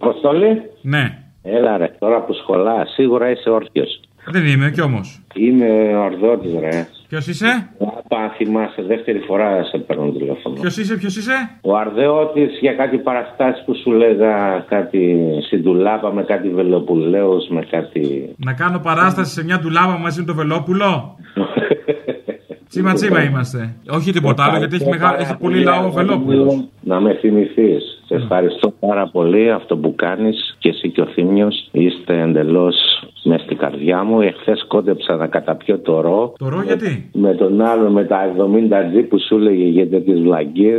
S25: Αποστολή.
S3: Ναι.
S25: Έλα ρε, τώρα που σχολάς, σίγουρα είσαι όρθιος.
S3: Δεν είμαι κι όμως.
S25: Είμαι ορδότη, ρε.
S3: Ποιος είσαι,
S25: Πάπα, αν θυμάσαι, δεύτερη φορά σε παίρνω τηλέφωνο.
S3: ποιος είσαι, ποιος είσαι.
S25: Ο Αρδεώτης για κάτι παραστάσεις που σου λέγα, κάτι συντουλάπα με κάτι βελοπουλέο, με κάτι.
S3: Να κάνω παράσταση σε μια ντουλάβα μαζί με το Βελόπουλο. Τσίμα τσίμα είμαστε. Όχι τίποτα άλλο γιατί έχει, μεγάλο, έχει πολύ λαό ο Βελόπουλο.
S25: Να με θυμηθείς. Σε ευχαριστώ πάρα πολύ αυτό που κάνεις και εσύ και ο Θήμιος. Είστε εντελώς με στην καρδιά μου. Εχθές κόντεψα να καταπιώ το ρο.
S3: Το ρο γιατί.
S25: Με τον άλλο με τα 70 τζι που σου έλεγε για τέτοιε βλαγκίε.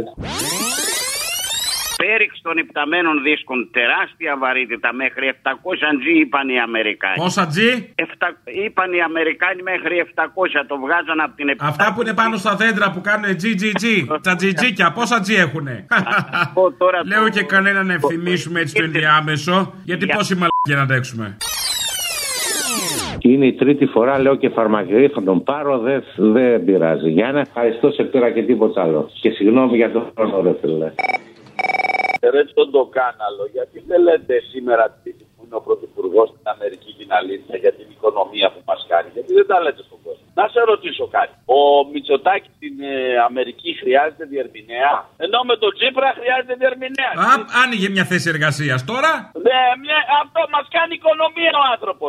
S22: Πέριξ των υπταμένων δίσκων τεράστια βαρύτητα μέχρι 700 G είπαν οι Αμερικάνοι.
S3: Πόσα τζι.
S22: Εφτα... Είπαν οι Αμερικάνοι μέχρι 700 το βγάζαν από την επιτάξη.
S3: Αυτά που είναι πάνω στα δέντρα που κάνουν GGG. Τα GGκια πόσα τζι έχουνε. Λέω και κανέναν να ευθυμίσουμε έτσι το ενδιάμεσο. Γιατί πόση μαλακία να αντέξουμε.
S25: Είναι η τρίτη φορά, λέω και φαρμακευτή θα τον πάρω, δεν δεν πειράζει. Για να ευχαριστώ σε πέρα και τίποτα άλλο. Και συγγνώμη για τον χρόνο, ρε φίλε.
S26: Ρε τον το κάναλο, γιατί δεν λέτε σήμερα τι που είναι ο πρωθυπουργός στην Αμερική την αλήθεια για την οικονομία που μας κάνει, γιατί δεν τα λέτε στον κόσμο. Να σε ρωτήσω κάτι. Ο Μητσοτάκη στην ε, Αμερική χρειάζεται διερμηνέα, ενώ με τον Τσίπρα χρειάζεται διερμηνέα.
S3: Α, Άνοιγε μια θέση εργασίας τώρα.
S26: Ναι, μια- αυτό μας κάνει οικονομία ο άνθρωπος.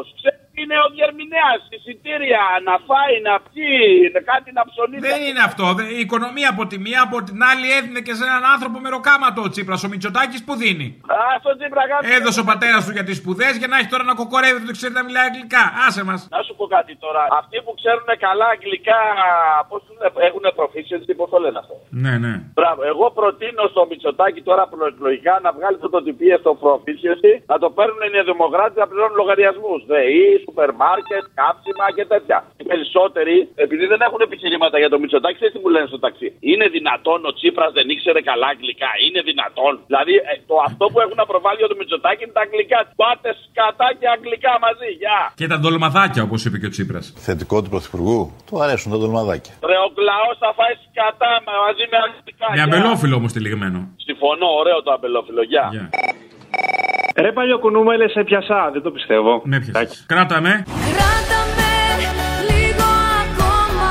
S26: Είναι ο διερμηνέα, εισιτήρια, να φάει, να πιει, να- κάτι να ψωνίσει.
S3: Δεν είναι αυτό. δε- Η οικονομία από τη μία, από την άλλη έδινε και σε έναν άνθρωπο μεροκάματο ο Τσίπρας. Ο Μητσοτάκης που δίνει.
S26: Α, στον Τσίπρα κάτι.
S3: Έδωσε ο πατέρας του για τις σπουδές για να έχει τώρα να κοκορεύει, δεν ξέρει να μιλάει αγγλικά. Άσε μας.
S26: Να σου πω κάτι τώρα. Αυτοί που ξέρουν καλά αγγλικά, πώς έχουν proficiency, πώς το λένε αυτό.
S3: Ναι, ναι.
S26: Μπράβο. Εγώ προτείνω στο Μητσοτάκι τώρα προεκλογικά να βγάλει το τοπιπίε στο proficiency, να το παίρνουν οι δημοκράτες να πληρώνουν λογαριασμούς. ΔΕΗ, σούπερ μάρκετ, κάψιμα και τέτοια. Οι περισσότεροι, επειδή δεν έχουν επιχειρήματα για το Μητσοτάκι, ξέρεις τι μου λένε στο ταξί. Είναι δυνατόν ο Τσίπρας δεν ήξερε καλά αγγλικά. Είναι δυνατόν. Δηλαδή ε, το αυτό που έχουν να προβάλλει για το Μητσοτάκι είναι τα αγγλικά. Πάτε σκατά και αγγλικά μαζί. Γεια.
S3: Και τα ντολμαδάκια, όπως είπε και ο Τσίπρας.
S15: Θετικό του Πρωθυπουργού. Του αρέσουν τα ντολμαδάκια.
S26: Ρε ο λαό θα φάει σκατά μα- μαζί με αγγλικά.
S3: Με
S26: γεια.
S3: αμπελόφιλο όμως τυλιγμένο.
S26: Συμφωνώ, ωραίο το αμπελόφιλο. Γεια.
S2: Ρε παλιό κουνούμελε, σε πιασά. Δεν το πιστεύω.
S3: Με πιάσε. Κράτα με.
S11: Λίγο ακόμα.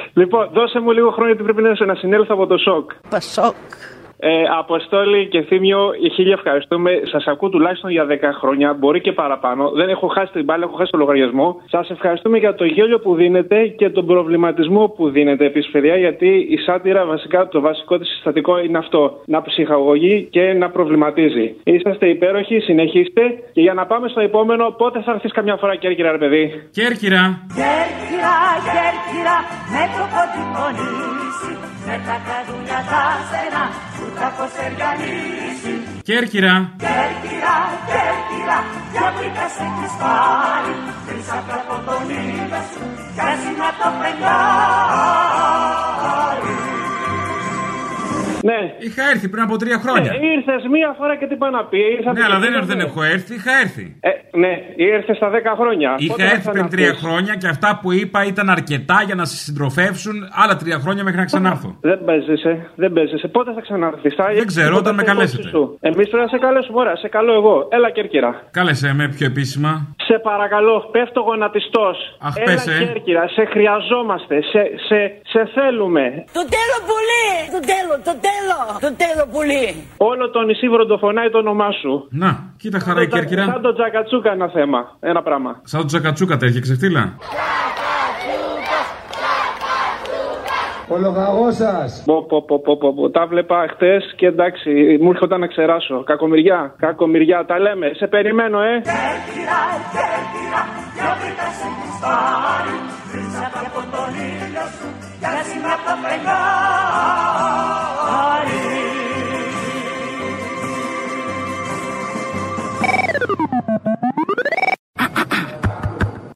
S2: Λοιπόν, δώσε μου λίγο χρόνο γιατί πρέπει να, σε- να συνέλθω από το σοκ. Πασόκ. Ε, Αποστόλη και Θήμιο, ε, χίλια ευχαριστούμε. Σας ακούω τουλάχιστον για 10 χρόνια, μπορεί και παραπάνω. Δεν έχω χάσει την μπάλα, έχω χάσει το λογαριασμό. Σας ευχαριστούμε για το γέλιο που δίνετε και τον προβληματισμό που δίνετε επίση, παιδιά, γιατί η σάτυρα βασικά το βασικό της συστατικό είναι αυτό. Να ψυχαγωγεί και να προβληματίζει. Είσαστε υπέροχοι, συνεχίστε. Και για να πάμε στο επόμενο, πότε θα έρθεις καμιά φορά, Κέρκυρα, ρε παιδί.
S3: Κέρκυρα.
S11: Κέρκυρα, κέρκυρα, με το κοντυπονίσει. Με τα καδούνια τα στενά, που τα κοσεριανίσει.
S3: Κέρκυρα.
S11: Κέρκυρα, κέρκυρα, για βρήκα σε κρυστάλλι. Βρήσα από τον ήλιο σου, πιάζει να το πεντάρι.
S2: Ναι.
S3: Είχα
S26: Ναι,
S3: έρθει πριν από τρία χρόνια.
S2: Ε, ήρθες μία φορά και τι πάει να πει. Ήρθα
S3: Ναι, αλλά δεν, δεν έχω έρθει. Είχα έρθει.
S2: Ε, Ναι, ήρθες στα 10 χρόνια.
S3: Είχα
S2: Πότε
S3: έρθει
S2: θα
S3: πριν
S2: ξαναρθείς?
S3: τρία χρόνια και αυτά που είπα ήταν αρκετά για να σε συντροφεύσουν άλλα τρία χρόνια μέχρι να ξανάρθω.
S2: Δεν παίζεσαι, δεν παίζεσαι. Πότε θα ξαναρθείς, θα Δεν
S3: ξέρω, όταν με καλέσετε.
S2: Εμείς τώρα σε καλέσουμε, ωραία, σε καλώ εγώ. Έλα, Κέρκυρα.
S3: Κάλεσέ με πιο επίσημα.
S2: Σε παρακαλώ, πέφτω γονατιστός.
S3: Αχ,
S2: Έλα,
S3: πες, ε.
S2: Κέρκυρα, σε χρειαζόμαστε, σε, σε, σε θέλουμε.
S11: Το τέλο πουλί! Το τέλο, το τέλο! Το τέλο πουλί!
S2: Όλο το νησί βροντοφωνάει το όνομά σου.
S3: Να, κοίτα χαρά η
S2: Σαν το-
S3: Κέρκυρα.
S2: Σαν το τζακατσούκα ένα θέμα, ένα πράγμα.
S3: Σαν το τσακατσούκα τέτοια ξεφτύλα.
S2: Ο λογαγό σας. Πω, πω, πω, πω, πω, πω. Τα βλέπα χτες και εντάξει, μου έρχονταν να ξεράσω. Κακομοιριά, κακομοιριά, τα λέμε. Σε περιμένω, ε.
S11: Κέρκυρα, κέρκυρα, για βρήκα σε κουστάρι Βρήσα και από τον ήλιο σου, για σήμερα από το φεγγάρι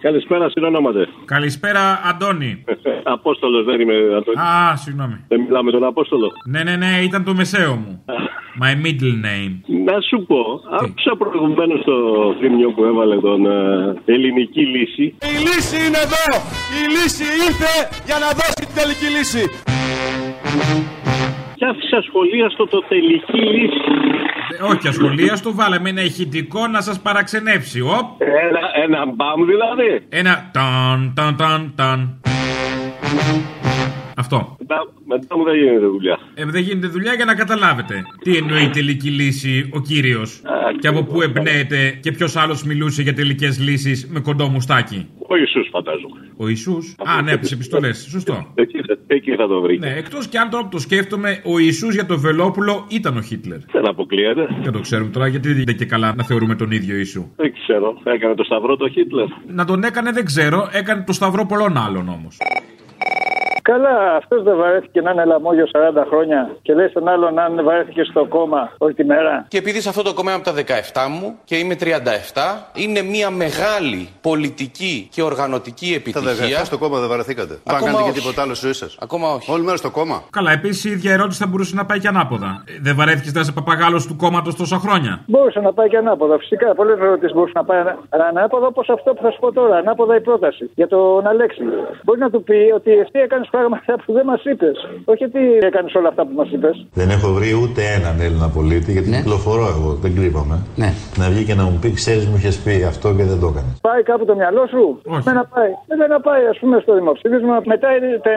S6: Καλησπέρα, συνονόματε.
S3: Καλησπέρα, Αντώνη.
S6: Απόστολος δεν είμαι. Αντώνη.
S3: Α, συγγνώμη.
S6: Δεν μιλάμε τον Απόστολο.
S3: Ναι, ναι, ναι, ήταν το μεσαίο μου. My middle name.
S6: Να σου πω, άκουσα προηγουμένως το θύμιο που έβαλε τον ε, Ελληνική Λύση.
S7: Η λύση είναι εδώ! Η λύση ήρθε για να δώσει την τελική λύση!
S6: Και άφησα σχολεία στο το τελική λύση.
S3: Ε, Όχι, ασχολία του βάλαμε ένα ηχητικό να σας παραξενεύσει. Οπ.
S6: Ένα, ένα μπαμ δηλαδή.
S3: Ένα ταν, ταν, ταν, ταν. Αυτό.
S6: Μετά, μετά μου δεν γίνεται δουλειά.
S3: Ε, δεν γίνεται δουλειά για να καταλάβετε. Τι εννοεί η τελική λύση ο κύριος. Και από πού εμπνέεται και ποιος άλλος μιλούσε για τελικές λύσεις με κοντό μουστάκι.
S6: Ο Ιησούς φαντάζομαι.
S3: Ο Ιησούς. Α, ναι, από τις επιστολές. Σωστό.
S6: Εκεί, θα- εκεί θα το βρει.
S3: Ναι, εκτός κι αν τώρα που το σκέφτομαι, ο Ιησούς για το Βελόπουλο ήταν ο Χίτλερ.
S6: Δεν αποκλείεται.
S3: Δεν το ξέρουμε τώρα, γιατί δεν και καλά να θεωρούμε τον ίδιο Ιησού.
S6: Δεν ξέρω. Έκανε το σταυρό το Χίτλερ.
S3: Να τον έκανε δεν ξέρω, έκανε το σταυρό πολλών άλλων όμως.
S9: Καλά, αυτός δεν βαρέθηκε να είναι λαμόγιος 40 χρόνια και λε τον άλλον αν βαρέθηκε στο κόμμα όλη τη μέρα.
S12: Και επειδή σε αυτό το κόμμα είμαι από τα 17 μου και είμαι 37, είναι μια μεγάλη πολιτική και οργανωτική
S24: Τα
S12: επιτυχία.
S24: δεκαεφτά στο κόμμα δεν βαρεθήκατε. Πάμε
S12: Ακόμα
S24: κάνετε και
S12: όχι.
S24: τίποτα άλλο στη ζωή σας. Ακόμα όχι. Όλη μέρα στο κόμμα.
S3: Καλά, επίσης η ίδια ερώτηση θα μπορούσε να πάει και ανάποδα. Ε, Δεν βαρέθηκες να είσαι παπαγάλος του κόμματος τόσα χρόνια.
S9: Μπορούσε να πάει και ανάποδα. Φυσικά, πολλές ερωτήσεις μπορούσαν να πάει ανα- ανάποδα, όπως αυτό που θα σου πω τώρα. Ανάποδα η πρόταση για τον Αλέξη. Μπορεί να του πει ότι εσύ έκανε πράγματα που δεν μας είπες. Όχι ότι έκανες όλα αυτά που μας είπες.
S15: Δεν έχω βρει ούτε έναν Έλληνα πολίτη, γιατί κυκλοφορώ εγώ, δεν κρύβομαι. Να βγει και να μου πει, ξέρεις, μου είχες πει αυτό και δεν το έκανες.
S9: Πάει κάπου το μυαλό σου. Εμένα πάει. Εμένα πάει, ας πούμε, στο δημοψήφισμα μετά είναι τα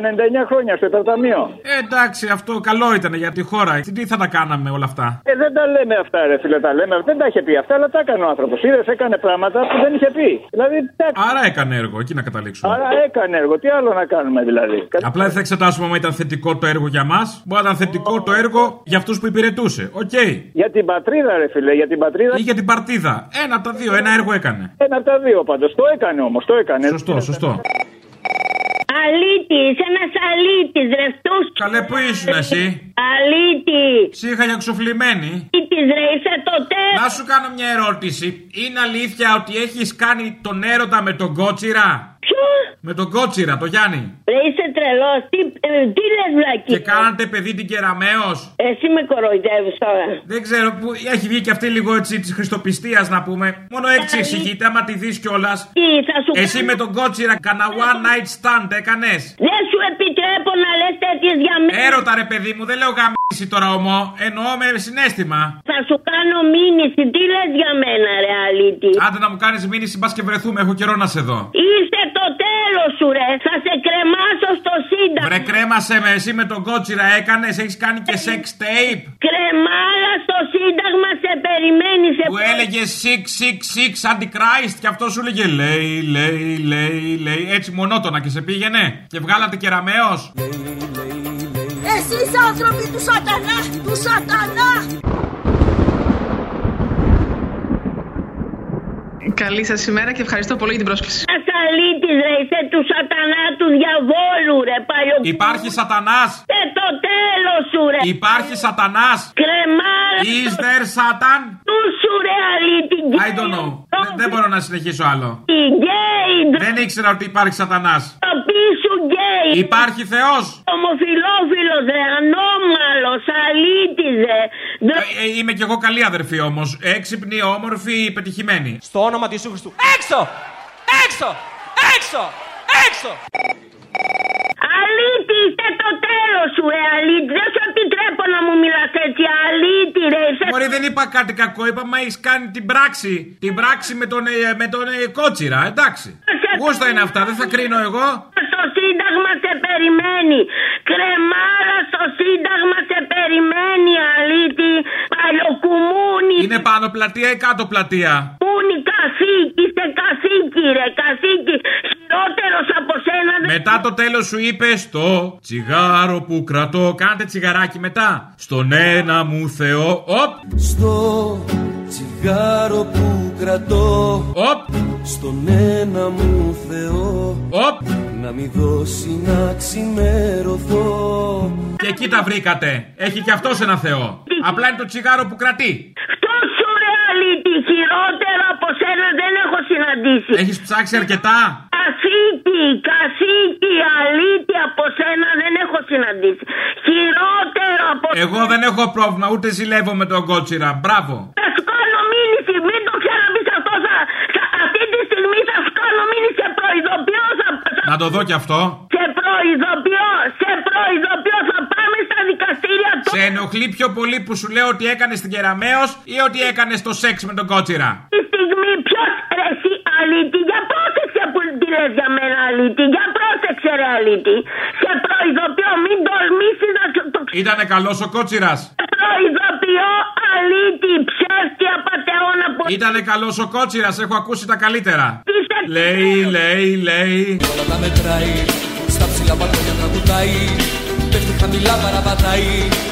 S9: 99 χρόνια στο υπερταμείο.
S3: Ε, εντάξει, αυτό καλό ήταν για τη χώρα. Τι- Τι θα τα κάναμε όλα αυτά.
S9: Ε, δεν τα λέμε αυτά, ρε φίλε, τα λέμε. Δεν τα είχε πει αυτά, αλλά τα έκανε ο άνθρωπος. Είδες, έκανε πράγματα που δεν είχε πει. Δηλαδή, εντάξει.
S3: Άρα έκανε έργο, εκεί να καταλήξουμε.
S9: Άρα έκανε έργο. Τι άλλο να κάνουμε, δηλαδή. Κα-
S3: Απλά δεν θα εξετάσουμε αν ήταν θετικό το έργο για μας. Μπορεί να ήταν θετικό το έργο για αυτούς που υπηρετούσε. Οκ.
S9: Για την πατρίδα, ρε φίλε, για την πατρίδα.
S3: Ή για την παρτίδα. Ένα από τα δύο, ένα έργο έκανε.
S9: Ένα από τα δύο πάντως. Το έκανε όμως, το έκανε.
S3: Σωστό, σωστό.
S13: Αλήτης, ένας αλήτης, ρε αυτούς.
S3: Καλέ, πού ήσουν εσύ.
S13: Αλήτη.
S3: Σε είχα για ξοφλημένη.
S13: Αλήτης, ρε, είσαι το τέλο.
S3: Να σου κάνω μια ερώτηση. Είναι αλήθεια ότι έχεις κάνει τον έρωτα με τον Κότσιρα. Ποιο? Με τον Κότσιρα, το Γιάννη.
S13: Ρε, είσαι τρελός. Τι, ε, τι λες, βλακή.
S3: Και κάνατε παιδί την Κεραμαίο.
S13: Εσύ με κοροϊδεύεις τώρα.
S3: Δεν ξέρω που έχει βγει και αυτή λίγο έτσι της Χριστοπιστίας να πούμε. Μόνο έτσι εξηγείται, άμα τη δεις κιόλας. Εσύ με τον Κότσιρα κανα one night stand έκανες.
S13: Δεν σου επιτρέπω να λες τέτοιες για μένα.
S3: Έρωτα ρε παιδί μου, δεν λέω γαμίση τώρα ομό. Εννοώ με συνέστημα.
S13: Θα σου κάνω μήνυση. Τι λες για μένα, ρε, αλήτη.
S3: Άντε να μου κάνεις μήνυση, μπας και βρεθούμε, έχω καιρό να σε δω.
S13: Είσαι το τέλος σου, ρε. Θα σε κρεμάσω στο σύνταγμα.
S3: Βρε κρέμασε με, εσύ με τον Κότσιρα έκανες, έχεις κάνει και sex Ε, tape.
S13: Κρεμάλα στο σύνταγμα σε περιμένει. Σε...
S3: Που έλεγε 666 Antichrist και αυτό σου έλεγε λέει, λέει, λέει, λέει. Έτσι μονότονα και σε πήγαινε. Και βγάλατε κεραμαίο.
S11: Εσείς άνθρωποι του σατανά, του σατανά!
S27: Καλή σας ημέρα και ευχαριστώ πολύ για την πρόσκληση.
S13: Ένας αλήτης ρε, είσαι τους σατανάς τους διαβόλου ρε, παλιό...
S3: Υπάρχει σατανάς.
S13: Ε, το τέλος σου ρε.
S3: Υπάρχει σατανάς.
S13: Κρεμάλα.
S3: Is there Satan?
S13: Του σου ρε αλήτη.
S3: I don't know. Δεν- Δεν μπορώ να συνεχίσω άλλο.
S13: Γκέι,
S3: Δεν ήξερα ότι υπάρχει σατανάς.
S13: Το πίσω γκέι.
S3: Υπάρχει Θεός.
S13: Ομοφιλόφιλο δε, ανώμαλο, αλήτηδε.
S3: Ε, ε, είμαι κι εγώ καλή αδερφή όμως. Έξυπνη, όμορφη, πετυχημένη.
S14: Στο όνομα του Ιησού Χριστού. Έξω! Έξω! Έξω! Έξω!
S13: Αλήτη, είστε το τέλος σου, ε, αλήτη. Δεν σου επιτρέπω να μου μιλάς έτσι, αλήτη, ρε. Είσαι...
S3: Μωρή δεν είπα κάτι κακό, είπα μα έχεις κάνει την πράξη. Την πράξη με τον, ε, με τον ε, κότσιρα, εντάξει. Γούστα είναι αυτά, δεν θα κρίνω εγώ.
S13: Ε, Στο Σύνταγμα σε περιμένει. Κρεμάρα στο Σύνταγμα σε περιμένει, αλήτη. Παλιοκουμούνι.
S3: Είναι πάνω πλατεία ή κάτω πλατεία.
S13: Κούνι, καθήκη, είστε καθήκη, ρε, καθήκη. Χειρότερος από σένα δεν.
S3: Μετά το τέλος σου είπες στο τσιγάρο που κρατώ. Κάντε τσιγαράκι μετά. Στον ένα μου Θεό. Οπ.
S16: Στο τσιγάρο που κρατώ
S3: Οπ.
S16: Στον ένα μου Θεό
S3: Οπ.
S16: Να μη δώσει να ξημερωθώ
S3: Και εκεί τα βρήκατε. Έχει κι αυτός ένα Θεό. Απλά είναι το τσιγάρο που κρατεί.
S13: Αυτό σου, ρε, αλήτη. Χειρότερο από σένα δεν έχω συναντήσει.
S3: Έχεις ψάξει αρκετά.
S13: Καθήκη, καθήκη, αλήτη από σένα δεν έχω συναντήσει. Χειρότερο από
S3: Εγώ δεν έχω πρόβλημα, ούτε ζηλεύω με τον κότσιρα. Μπράβο.
S13: Θα σου κάνω μήνυση, μην το ξαναπείς αυτό. Θα, θα- αυτή τη στιγμή θα σου κάνω μήνυση, σε προειδοποιώ, θα,
S3: Να το δω κι αυτό.
S13: σε προειδοποιώ, σε προειδοποιώ, θα πάμε στα δικαστήρια του.
S3: Σε ενοχλεί πιο πολύ που σου λέω ότι έκανες την κεραμαίο ή ότι έκανες το σεξ με τον κότσιρα.
S13: Αυτή τη στιγμή ποιος ρε εσύ αλήτη, για πρόσεξε που τη λες για μένα αλήτη, για πρόσεξε ρε αλήτη. Σε προειδοποιώ, μην τολμήσεις να σου το
S3: Ήτανε καλός ο κότσιρας.
S13: Σε προειδοποιώ αλήτη, ψεύτη απαταιώνα που
S3: Ήτανε καλός ο κότσιρας, έχω ακούσει τα καλύτερα. Λέει, λέει, λέει.
S16: Όλα τα μετράει Στα ψηλά μπαλκόνια τραγουδάει Πέφτει χαμηλά παραπατάει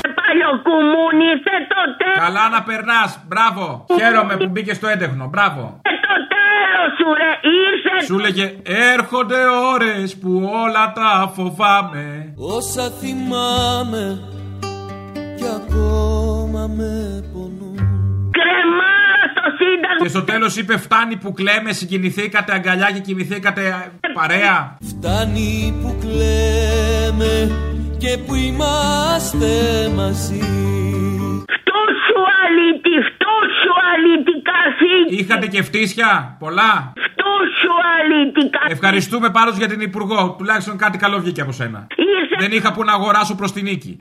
S13: Ε, παλιοκουμούνι, σε το τέλος.
S3: Καλά να περνάς, μπράβο. Χαίρομαι που μπήκε στο έντεχνο, μπράβο.
S13: Σε Ε, το τέλος σου ρε, ήρθε
S3: Σου λέγε έρχονται ώρες που όλα τα φοβάμαι.
S16: Όσα θυμάμαι Κι ακόμα με πονούν
S13: κρεμάρα στο σύνταγμα.
S3: Και στο τέλος είπε: Φτάνει που κλαίμε, συγκινηθήκατε αγκαλιά και κοιμηθήκατε α, παρέα.
S16: Φτάνει που κλαίμε και που είμαστε μαζί
S13: Φτούσου αλήτη, φτούσου αλήτη, καθήκη.
S3: Είχατε και φτύσια, πολλά.
S13: Φτούσου αλήτη, καθήκη.
S3: Ευχαριστούμε πάντως για την Υπουργό. Τουλάχιστον κάτι καλό βγήκε από σένα.
S13: Ήρθε-
S3: Δεν είχα που να αγοράσω προς την νίκη.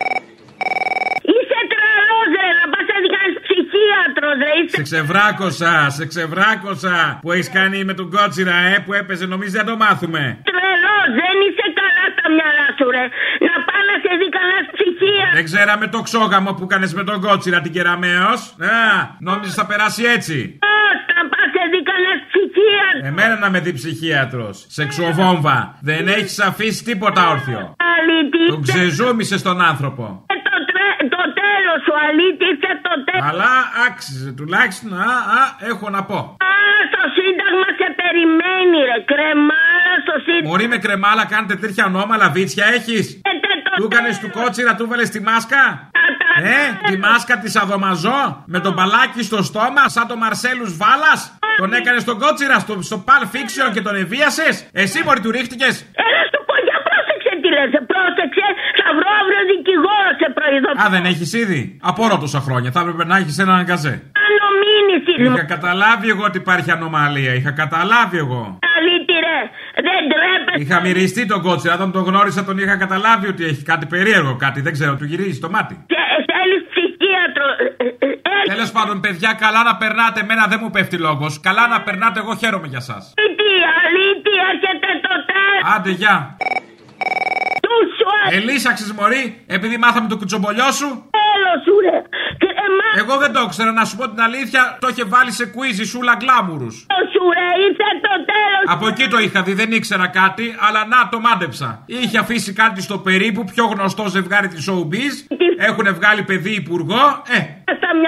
S13: Είσαι τρελός ρε, να πας να κάνεις ψυχίατρος ρε, είσαι
S3: Σε ξεβράκωσα, σε ξεβράκωσα που έχεις κάνει με τον κότσιρα, ε, που έπαιζε, νομίζω δεν το μάθουμε.
S13: τρελός, δεν είσαι καλά στα μυαλά σου ρε. Να πά να σε δει καλά ψυχία.
S3: Δεν ξέραμε το ξόγαμο που κάνεις με τον κότσιρα την κεραμαίο. Να, νόμιζες θα περάσει έτσι.
S13: Να πά σε δει καλά ψυχία.
S3: Εμένα να με δει ψυχίατρος. Σεξοβόμβα. Δεν έχεις αφήσει τίποτα όρθιο.
S13: Αλήτη,
S3: Τον ξεζούμισε τον άνθρωπο.
S13: είσαι το, τρε... το τέλος σου, αλήτη, είσαι το τέλος.
S3: Αλλά άξιζε τουλάχιστον. Α, α, έχω να πω.
S13: Α, στο σύνταγμα σε περιμένει ρε, κρεμάρα στο σύνταγμα.
S3: Μωρή με κρεμάλα, κάνετε τέτοια ονόμα, βίτσια έχεις. Του έκανες του κότσιρα, του βάλες τη μάσκα. Ε, τη μάσκα της Αδωμαζό με τον μπαλάκι στο στόμα, σαν τον Μαρσέλους Βάλας. Τον έκανες τον κότσιρα στο, στο Pulp Fiction και τον εβίασες. Εσύ μωρή του ρίχτηκες.
S13: Έλα σου Ε, πω, για πρόσεξε τι λες, ε, πρόσεξε. Θα βρω αύριο δικηγόρο σε προειδοποιώ.
S3: Α, δεν έχεις ήδη. Απόρρο τόσα χρόνια. Θα έπρεπε να έχεις έναν καζέ.
S13: Κάνω μήνυση.
S3: Είχα καταλάβει εγώ ότι υπάρχει ανομαλία. Είχα καταλάβει εγώ.
S13: Αλήτη ρε, δεν τρέπεσαι.
S3: Είχα μυριστεί τον κότσιρα. Όταν τον γνώρισα, τον είχα καταλάβει ότι έχει κάτι περίεργο. Κάτι δεν ξέρω, του γυρίζει το μάτι.
S13: Θε- Θέλεις ψυχίατρο. Ε, ε, ε,
S3: Τέλος πάντων, παιδιά, καλά να περνάτε. Εμένα δεν μου πέφτει λόγος. Καλά να περνάτε, εγώ χαίρομαι για σας.
S13: Αλήτη, αλήτη, έρχεται το τέλος.
S3: Άντε, γεια.
S13: Του σου
S3: Ελίσαξες, Μωρή, επειδή μάθαμε το κουτσομπολιό σου.
S13: Τέλος σου ρε.
S3: Εγώ δεν το ήξερα, να σου πω την αλήθεια. Το είχε βάλει σε κουίζι σούλα γκλάμουρους.
S13: Το σου ρε, ήρθε το τέλος.
S3: Από εκεί το είχα δει, δεν ήξερα κάτι, αλλά να το μάντεψα. Είχε αφήσει κάτι στο περίπου, πιο γνωστό ζευγάρι της Showbiz. Έχουν βγάλει παιδί υπουργό. Ε,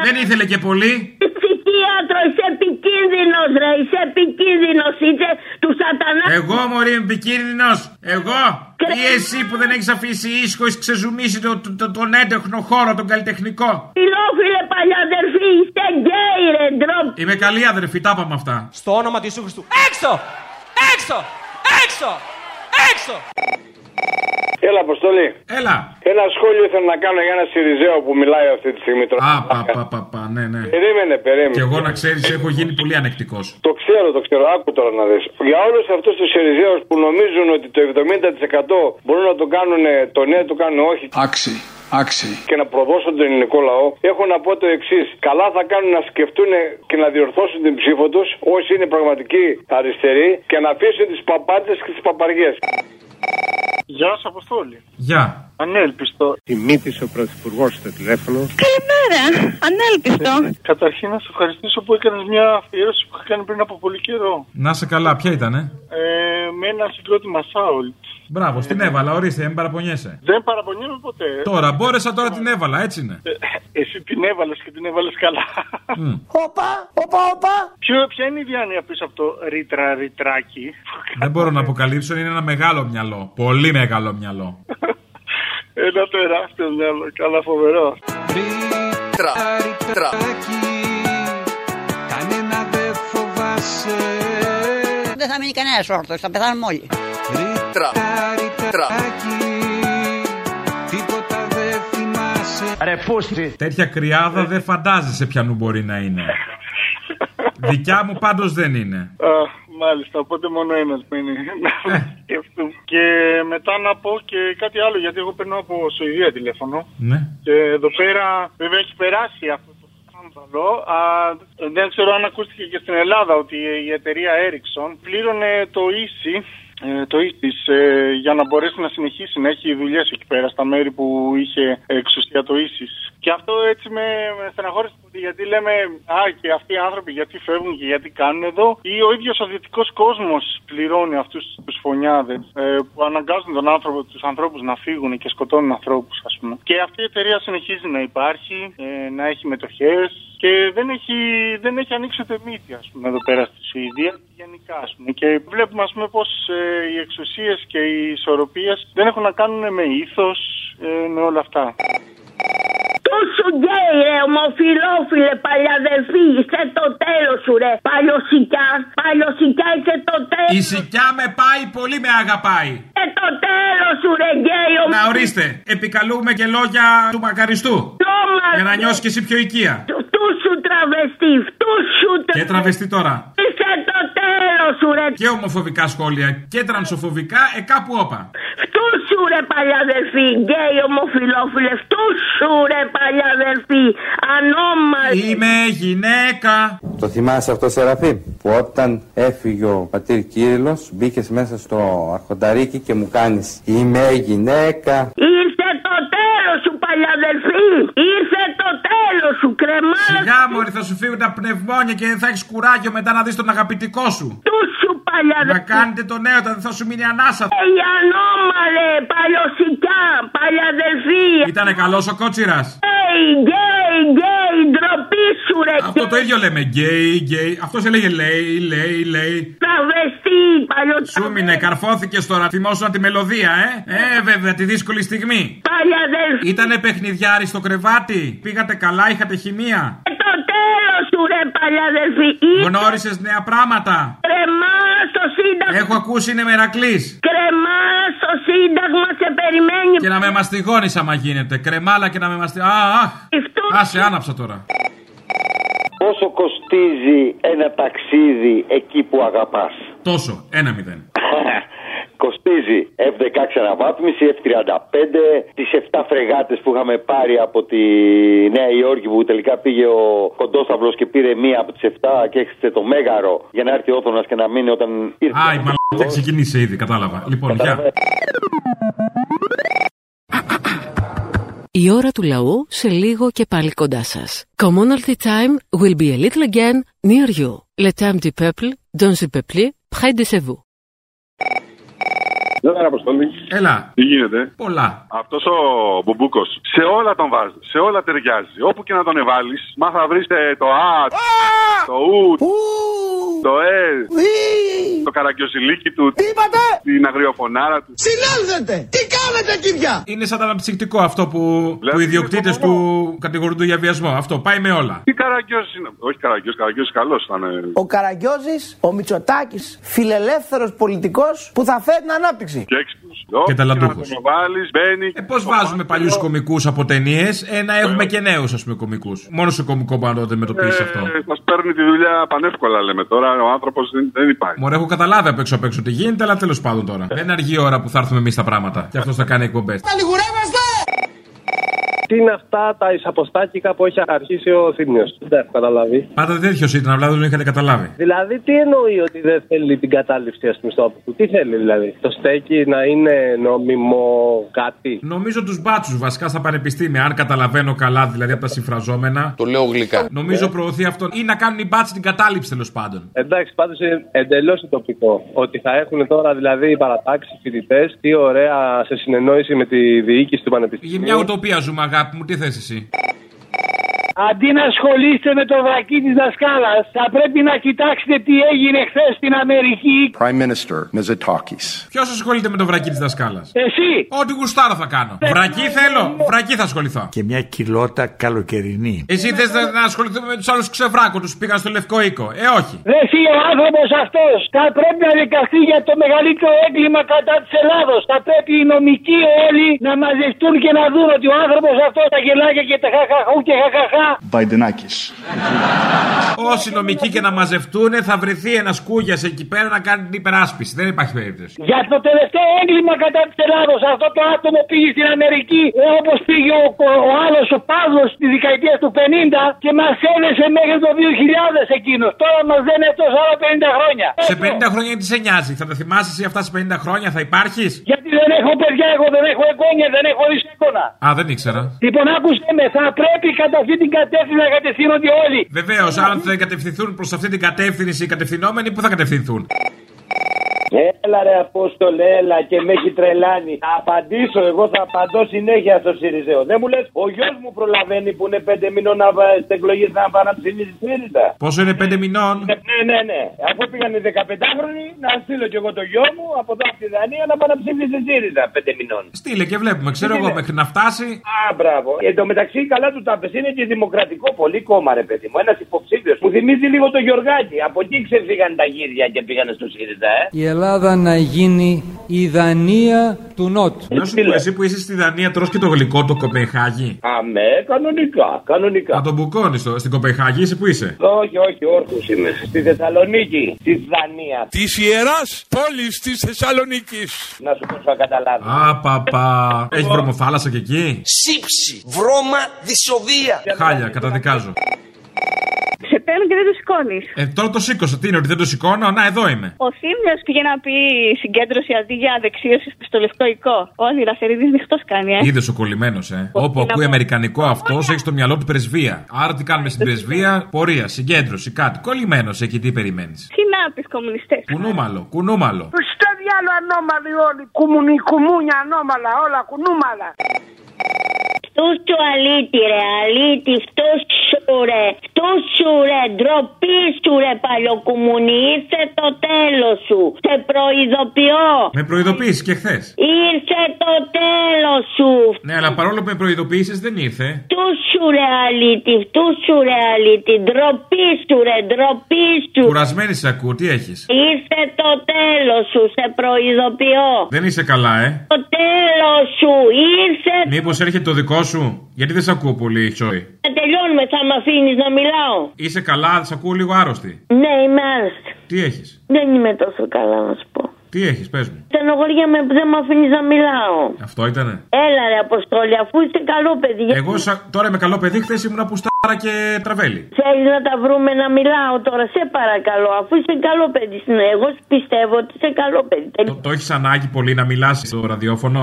S3: δεν ήθελε και πολύ.
S13: Ψυχίατρο, είσαι επικίνδυνος ρε, είσαι επικίνδυνος, είσαι του σατανά.
S3: Εγώ, Μωρή, είμαι επικίνδυνος. Ε, Εγώ. Ή εσύ που δεν έχεις αφήσει ίσχο, έχει ξεζουμίσει το, το- το- τον έντεχνο χώρο, τον καλλιτεχνικό.
S13: Φιλόφιλε παλιά αδερφή, είστε γκέι ρε, ντροπή.
S3: Είμαι καλή αδερφή, τα είπαμε αυτά.
S14: Στο όνομα του Ιησού Χριστού. Έξω! Έξω! Έξω! Έξω!
S20: Έλα, Αποστολή.
S3: Έλα.
S20: Ένα σχόλιο ήθελα να κάνω για ένα Σιριζέο που μιλάει αυτή τη στιγμή. τώρα.
S3: Α, πα, πα, πα, πα, ναι, ναι.
S20: Περίμενε, περίμενε.
S3: Και εγώ να ξέρεις, έχω γίνει πολύ ανεκτικός.
S20: Το ξέρω, το ξέρω. Άκου τώρα να δεις. Για όλους αυτούς τους Σιριζέους που νομίζουν ότι το 70% μπορούν να το κάνουν ε, το ναι, το κάνουν όχι.
S7: Άξι, άξι.
S20: Και να προδώσουν τον ελληνικό λαό. Έχω να πω το εξής. Καλά θα κάνουν να σκεφτούν ε, και να διορθώσουν την ψήφο τους όσοι είναι πραγματικοί αριστεροί και να αφήσουν τις παπάτε και τις παπαριές.
S21: Γεια σα, Αποστόλη.
S3: Γεια.
S21: Ανέλπιστο.
S4: Η μύτη ο πρωθυπουργός στο τηλέφωνο.
S21: Καλημέρα. Ανέλπιστο. Καταρχήν να σε ευχαριστήσω που έκανες μια αφιέρωση που είχα κάνει πριν από πολύ καιρό.
S3: Να σε καλά, ποια ήτανε.
S21: Ε, με ένα συγκρότημα Σάουλτ.
S3: Μπράβο, την έβαλα, ορίστε, μην παραπονιέσαι.
S21: Δεν παραπονιέμαι ποτέ.
S3: Τώρα, μπόρεσα, τώρα την έβαλα, έτσι είναι.
S21: Ε, Εσύ την έβαλες και την έβαλες καλά.
S20: Όπα, όπα, όπα.
S21: Ποιο, ποια είναι η διάνοια πίσω από το ρήτρα ρητράκι.
S3: Δεν μπορώ να αποκαλύψω, είναι ένα μεγάλο μυαλό. Πολύ μεγάλο μυαλό.
S21: Ένα τεράστιο μυαλό, καλά φοβερό.
S28: Τρα, ρητράκι, κανένα δεν φοβάσαι.
S29: Δεν θα μείνει κανένας όρθιος, θα πεθάνουμε όλοι.
S28: Ρήτρα, ρητράκι, τίποτα δεν θυμάσαι.
S3: Ρε Τέτοια κρυάδα δεν φαντάζεσαι ποιανού μπορεί να είναι. Δικιά μου πάντως δεν είναι.
S21: Α, μάλιστα, οπότε μόνο ένας μείνει. Να σκεφτούμε. και μετά να πω και κάτι άλλο, γιατί εγώ παίρνω από Σουηδία τηλέφωνο.
S3: Ναι.
S21: Και εδώ πέρα, βέβαια, έχει περάσει αυτό το σκάνδαλο. Α, δεν ξέρω αν ακούστηκε και στην Ελλάδα ότι η εταιρεία Ericsson πλήρωνε το ίση ε, το ΙΣΙΣ ε, για να μπορέσει να συνεχίσει να έχει δουλειές εκεί πέρα στα μέρη που είχε εξουσία το E ΙΣΙΣ. Και αυτό έτσι με, με στεναχώρησε πολύ, γιατί λέμε Α, και αυτοί οι άνθρωποι γιατί φεύγουν και γιατί κάνουν εδώ. Ή ο ίδιος ο δυτικός κόσμος πληρώνει αυτούς τους φωνιάδες ε, που αναγκάζουν τον άνθρωπο, τους ανθρώπους να φύγουν και σκοτώνουν ανθρώπους, ας πούμε. Και αυτή η εταιρεία συνεχίζει να υπάρχει, ε, να έχει μετοχές και δεν έχει, δεν έχει ανοίξει ούτε μύτη, ας πούμε, εδώ πέρα στη Σουηδία και γενικά, ας πούμε. Και βλέπουμε, ας πούμε, πώ ε, οι εξουσίες και οι ισορροπίες δεν έχουν να κάνουν με ήθος, ε, με όλα αυτά.
S13: Τόσο γκέι ρε, ομοφιλόφιλε, παλιαδελφή, είσαι το τέλος σου ρε. Παλιοσικιά, παλιοσικιά είσαι το τέλος.
S3: Η σικιά με πάει πολύ, με αγαπάει.
S13: Είσαι το τέλος σου ρε γκέι
S3: Να ορίστε, επικαλούμε και λόγια του μακαριστού.
S13: ομοφιλόμα.
S3: Για να νιώσεις και εσύ πιο οικία.
S13: Φτού σου τραβεστή, φτού σου
S3: Και
S13: τραβεστή.
S3: τραβεστή τώρα.
S13: Είσαι το τέλος σου ρε.
S3: Και ομοφοβικά σχόλια και τρανσοφοβικά, ε κάπου όπα.
S13: Φτού σου ρε παλιαδελφή, γκέι ομοφιλόφιλε. Φτού σου ρε παλιαδελφή, ανώμαλη.
S3: Είμαι γυναίκα.
S30: Το θυμάσαι αυτό Σεραφείμ που όταν έφυγε ο πατήρ Κύριλλος μπήκες μέσα στο αρχονταρίκι και μου κάνεις Είμαι γυναίκα
S13: Ήρθε το τέλος σου, παλιαδελφή! Ήρθε το τέλο σου, κρεμάλα
S3: Σιγά μου, θα σου φύγουν τα πνευμόνια και δεν θα έχεις κουράγιο μετά να δεις τον αγαπητικό σου.
S13: του σου,
S3: Να
S13: παλιαδελφή!
S3: κάνετε τον νέο, δεν θα σου μείνει ανάσα.
S13: Ε, η ανώμαλε, παλιοσικιά, παλιαδελφή!
S3: Ήτανε καλός ο κότσιρας.
S13: Γκέι, γκέι, γκέι, ντροπή σου, ρε!
S3: Αυτό το ίδιο λέμε. Γκέι, γκέι. Αυτό έλεγε λέει, λέει, λέει.
S13: Τραβεστή, παλιοτραβεστή!
S3: Σου μείνε, καρφώθηκες τώρα. Θυμόσουνα τη μελωδία, ε. Ε, βέβαια, τη δύσκολη στιγμή.
S13: Παλιαδελφή!
S3: Ήτανε παιχνιδιάρι στο κρεβάτι. Πήγατε καλά, είχατε χημεία.
S13: Ε, το τέλος σου, ρε, παλιαδελφή! Ήρθε
S3: Γνώρισες νέα πράγματα.
S13: κρεμά στο σύνταγμα!
S3: Έχω ακούσει είναι μερακλής.
S13: Κρεμά στο σύνταγμα, σε περιμένει!
S3: Και να με μαστιγώνεις άμα γίνεται. Κρεμάλα και να με μαστιγώνει. Α, αχ. Άσε, άναψα τώρα.
S8: Πόσο κοστίζει ένα ταξίδι εκεί που αγαπάς.
S3: Τόσο. Ένα μηδέν.
S8: κοστίζει F16 αναβάθμιση, F35, τις 7 φρεγάτες που είχαμε πάρει από τη Νέα Υόρκη που τελικά πήγε ο Κοντόσταυλος και πήρε μία από τις 7 και έχετε το Μέγαρο για να έρθει ο Όθωνας και να μείνει όταν ήρθε.
S3: Α, η μαλακία ξεκίνησε ήδη, κατάλαβα. Λοιπόν, γεια.
S1: Η ώρα του λαού σε λίγο και πάλι κοντά σας. Commonalty time will be a little again near you. Le temps du peuple, dans le peuple, près de chez vous.
S6: Έλα, Αποστολή.
S3: Έλα.
S6: Τι γίνεται.
S3: Πολλά.
S6: Αυτός ο Μπουμπούκος σε όλα τον βάζεις. Σε όλα ταιριάζει. Όπου και να τον εβάλεις, μα θα βρείτε Ε, το Α, το Ο, το Ε,
S11: το καραγκιοζηλίκι του. Τι είπατε! Την αγριοφωνάρα του.
S3: Συνέλθετε! Τι κάνετε, κύρια! Είναι σαν αναψυκτικό αυτό που,
S11: Δηλαδή,
S3: που οι ιδιοκτήτε του κατηγορούνται για βιασμό. Αυτό πάει με όλα.
S11: Τι καραγκιό είναι. Όχι καραγκιό, καραγκιό καλό ήταν. ε.
S31: Ο Καραγκιόζης, ο Μητσοτάκης, φιλελεύθερος πολιτικός που θα φέρει την ανάπτυξη.
S11: Και έξυπνο. Εδώ,
S3: Και ταλαντούχος.
S11: να τον βάλεις, μπαίνεις.
S3: Ε, Πώς βάζουμε παλιούς κωμικού από ταινίες ε, να έχουμε και νέους, ας πούμε, κωμικού. Μόνο σε κωμικό πάνω δεν μετωπίσει αυτό.
S11: Μας Ε, παίρνει τη δουλειά πανεύκολα, λέμε τώρα. Ο άνθρωπος δεν, δεν υπάρχει.
S3: Μωρέ, έχω καταλάβει απ' έξω απ' έξω τι γίνεται, αλλά τέλος πάντων τώρα. Δεν αργεί η ώρα που θα έρθουμε εμείς τα πράγματα. Και αυτός θα κάνει εκπομπές.
S32: λιγουρεύεστε!
S6: Τι είναι αυτά τα εισαποστάκικα που έχει αρχίσει ο Θήμιος. Δεν έχω καταλάβει.
S3: Πάντα τέτοιος ήταν, απλά δεν το είχατε καταλάβει.
S6: Δηλαδή, τι εννοεί ότι δεν θέλει την κατάληψη ας πούμε στο όπλο του. Τι θέλει δηλαδή. Το στέκι να είναι νόμιμο κάτι.
S3: Νομίζω τους μπάτσους βασικά στα πανεπιστήμια, αν καταλαβαίνω καλά δηλαδή από τα συμφραζόμενα.
S33: Το λέω γλυκά. Ε.
S3: Νομίζω προωθεί αυτό. ή να κάνουν οι μπάτσοι την κατάληψη τέλος πάντων.
S6: Εντάξει, πάντως εντελώ τοπικό. Ότι θα έχουν τώρα δηλαδή οι παρατάξεις φοιτητές. Τι ωραία σε συνεννόηση με τη διοίκηση του Πανεπιστημίου.
S33: Ε.
S3: Μια ουτοπία ζούμε, αγάπη μου, τι θες εσύ.
S4: Αντί να ασχολείστε με το βρακί της δασκάλας, θα πρέπει να κοιτάξετε τι έγινε χθες στην Αμερική.
S21: Prime Minister Mitsotakis.
S3: Ποιος ασχολείται με το βρακί της δασκάλας.
S4: Εσύ! Ε.
S3: Ό,τι γουστάρω θα κάνω. Βρακί θέλω, βρακί θα ασχοληθώ.
S34: Και μια κιλότα καλοκαιρινή.
S3: Εσύ θες να να ασχοληθούμε με τους άλλους ξεβράκου, του πήγαν στο λευκό οίκο. Ε, όχι.
S4: Ρε εσύ ο άνθρωπος αυτός θα πρέπει να δικαστεί για το μεγαλύτερο έγκλημα κατά της Ελλάδος. Θα πρέπει οι νομικοί όλοι να μαζευτούν και να δουν ότι ο άνθρωπος αυτός τα γελάκια και τα χαχαχού και χαχαχά.
S21: Βαϊντενάκης.
S3: Όσοι νομικοί και να μαζευτούν, θα βρεθεί ένας κούγιας εκεί πέρα να κάνει την υπεράσπιση. Δεν υπάρχει περίπτωση.
S4: Για το τελευταίο έγκλημα κατά της Ελλάδος, αυτό το άτομο πήγε στην Αμερική όπως πήγε ο, ο, ο άλλος ο Παύλος στη δεκαετία του 50 και μας ένεσε μέχρι το 2000 εκείνος. Τώρα μας δεν έφτασε άλλα 50 χρόνια.
S3: Σε 50 χρόνια τι σε νοιάζει, θα τα θυμάσαι εσύ αυτά σε 50 χρόνια, θα υπάρχεις.
S4: Γιατί δεν έχω παιδιά, εγώ δεν έχω εγγόνια, δεν έχω εισέγγωνα.
S3: Α, δεν ήξερα.
S4: Λοιπόν, άκουσε με, θα πρέπει κατά αυτή την κατεύθυνση να κατευθύνονται όλοι.
S3: Βεβαίως, αν θα κατευθυνθούν προς αυτή την κατεύθυνση οι κατευθυνόμενοι, πού θα κατευθυνθούν.
S4: Έλα ρε Απόστολε, έλα και με έχει τρελάνει. Θα απαντήσω, εγώ θα απαντώ συνέχεια στο Σιριζέο. Δεν μου λες, ο γιος μου προλαβαίνει που είναι πέντε μηνών να βα- στις εκλογές να πάει να ψηφίσει ΣΥΡΙΖΑ.
S3: Πόσο είναι 5 μηνών.
S4: Ναι, ναι, ναι. Αφού πήγαν οι 15χρονοι, να στείλω κι εγώ το γιο μου από εδώ από τη Δανία να πάει να ψηφίσει ΣΥΡΙΖΑ πέντε μηνών.
S3: Στείλε και βλέπουμε, ξέρω εγώ μέχρι να φτάσει.
S4: Α, μπράβο. Εν τω μεταξύ, καλά του τα πες. Είναι και δημοκρατικό πολύ κόμμα, ρε παιδί μου. Ένας υποψήφιος που θυμίζει λίγο το Γιωργάκη. Από εκεί ξεφύγαν τα γύρια και πήγαν στο ΣΥΡΙΖΑ, ε.
S35: Η Ελλάδα να γίνει η Δανία του Νότου.
S3: Να σου πω, εσύ που είσαι στη Δανία, τρως και το γλυκό το Κοπενχάγη.
S4: Αμέ, κανονικά, κανονικά.
S3: Να τον μπουκώνεις το. Στην Κοπενχάγη, είσαι που είσαι.
S4: Όχι, όχι, όρθιος είμαι. Στη Θεσσαλονίκη, τη Δανία.
S3: Της ιεράς πόλης
S4: της Θεσσαλονίκης. Να σου πω, θα καταλάβει.
S3: Α, παπα. Έχει βρωμοθάλασσα και εκεί.
S4: Σύψη, βρώμα, δυσοδεία.
S3: Χάλια, καταδικάζω.
S36: Σε παίρνουν και δεν το σηκώνεις.
S3: Ε, τώρα το σήκωσα. Τι είναι, ότι δεν το σηκώνω. Να, εδώ είμαι.
S36: Ο Θήμιο πήγε να πει συγκέντρωση αντί για αδεξίωση στο λευκό οικό. Όνειρα θερινή νυχτός κάνει, ε.
S3: Είδες ο κολλημένος, ε. Όπου ακούει Αμερικανικό αυτός, έχει στο μυαλό του πρεσβεία. Άρα τι κάνουμε στην πρεσβεία, πορεία, συγκέντρωση, κάτι. Κολλημένος εκεί, τι περιμένεις.
S36: Τι να πει, κομμουνιστές.
S3: Κουνούμαλο, κουνούμαλο.
S36: Στο διάλογο ανώμαλοι όλοι. Κουμουνι, κουμούνια ανώμαλα, όλα κουνούμαλα.
S13: Φτού του αλήτη ρε, αλήτη, φτού σου ρε, φτού σου ρε, ντροπή σου ρε παλιοκουμουνι, ήρθε το τέλος σου, σε προειδοποιώ.
S3: Με προειδοποίησες και χθες.
S13: Ήρθε το τέλος σου,
S3: Ναι, αλλά παρόλο που με προειδοποίησες δεν ήρθε.
S13: φτού σου ρε αλήτη, φτού σου ρε αλήτη, ντροπή σου ρε, ντροπή σου.
S3: Κουρασμένη σε ακούω, τι έχεις.
S13: Ήρθε το τέλος σου, σε προειδοποιώ.
S3: Δεν είσαι καλά, ε.
S13: Το τέλος σου, ήρθε,
S3: Μήπως έρχεται το δικό σου, γιατί δεν σε ακούω πολύ, Τσόι.
S13: να τελειώνουμε, θα με αφήνεις να μιλάω.
S3: Είσαι καλά, σε ακούω λίγο άρρωστη.
S13: Ναι, είμαι άρρωστη.
S3: Τι έχεις,
S13: Δεν είμαι τόσο καλά να σου πω.
S3: τι έχεις, πες μου.
S13: Στενοχωριέμαι που δεν με αφήνεις να μιλάω.
S3: Αυτό ήτανε.
S13: Έλα ρε Αποστόλη, αφού είσαι καλό παιδί. γιατί
S3: Εγώ σα- τώρα είμαι καλό παιδί, χθες ήμουν πουστάρα και τραβέλι.
S13: Θέλεις να τα βρούμε να μιλάω τώρα, σε παρακαλώ. Αφού είσαι καλό παιδί, ναι, εγώ σου πιστεύω ότι είσαι καλό παιδί. Ε,
S3: Το, το έχεις ανάγκη πολύ να μιλάς στο ραδιόφωνο.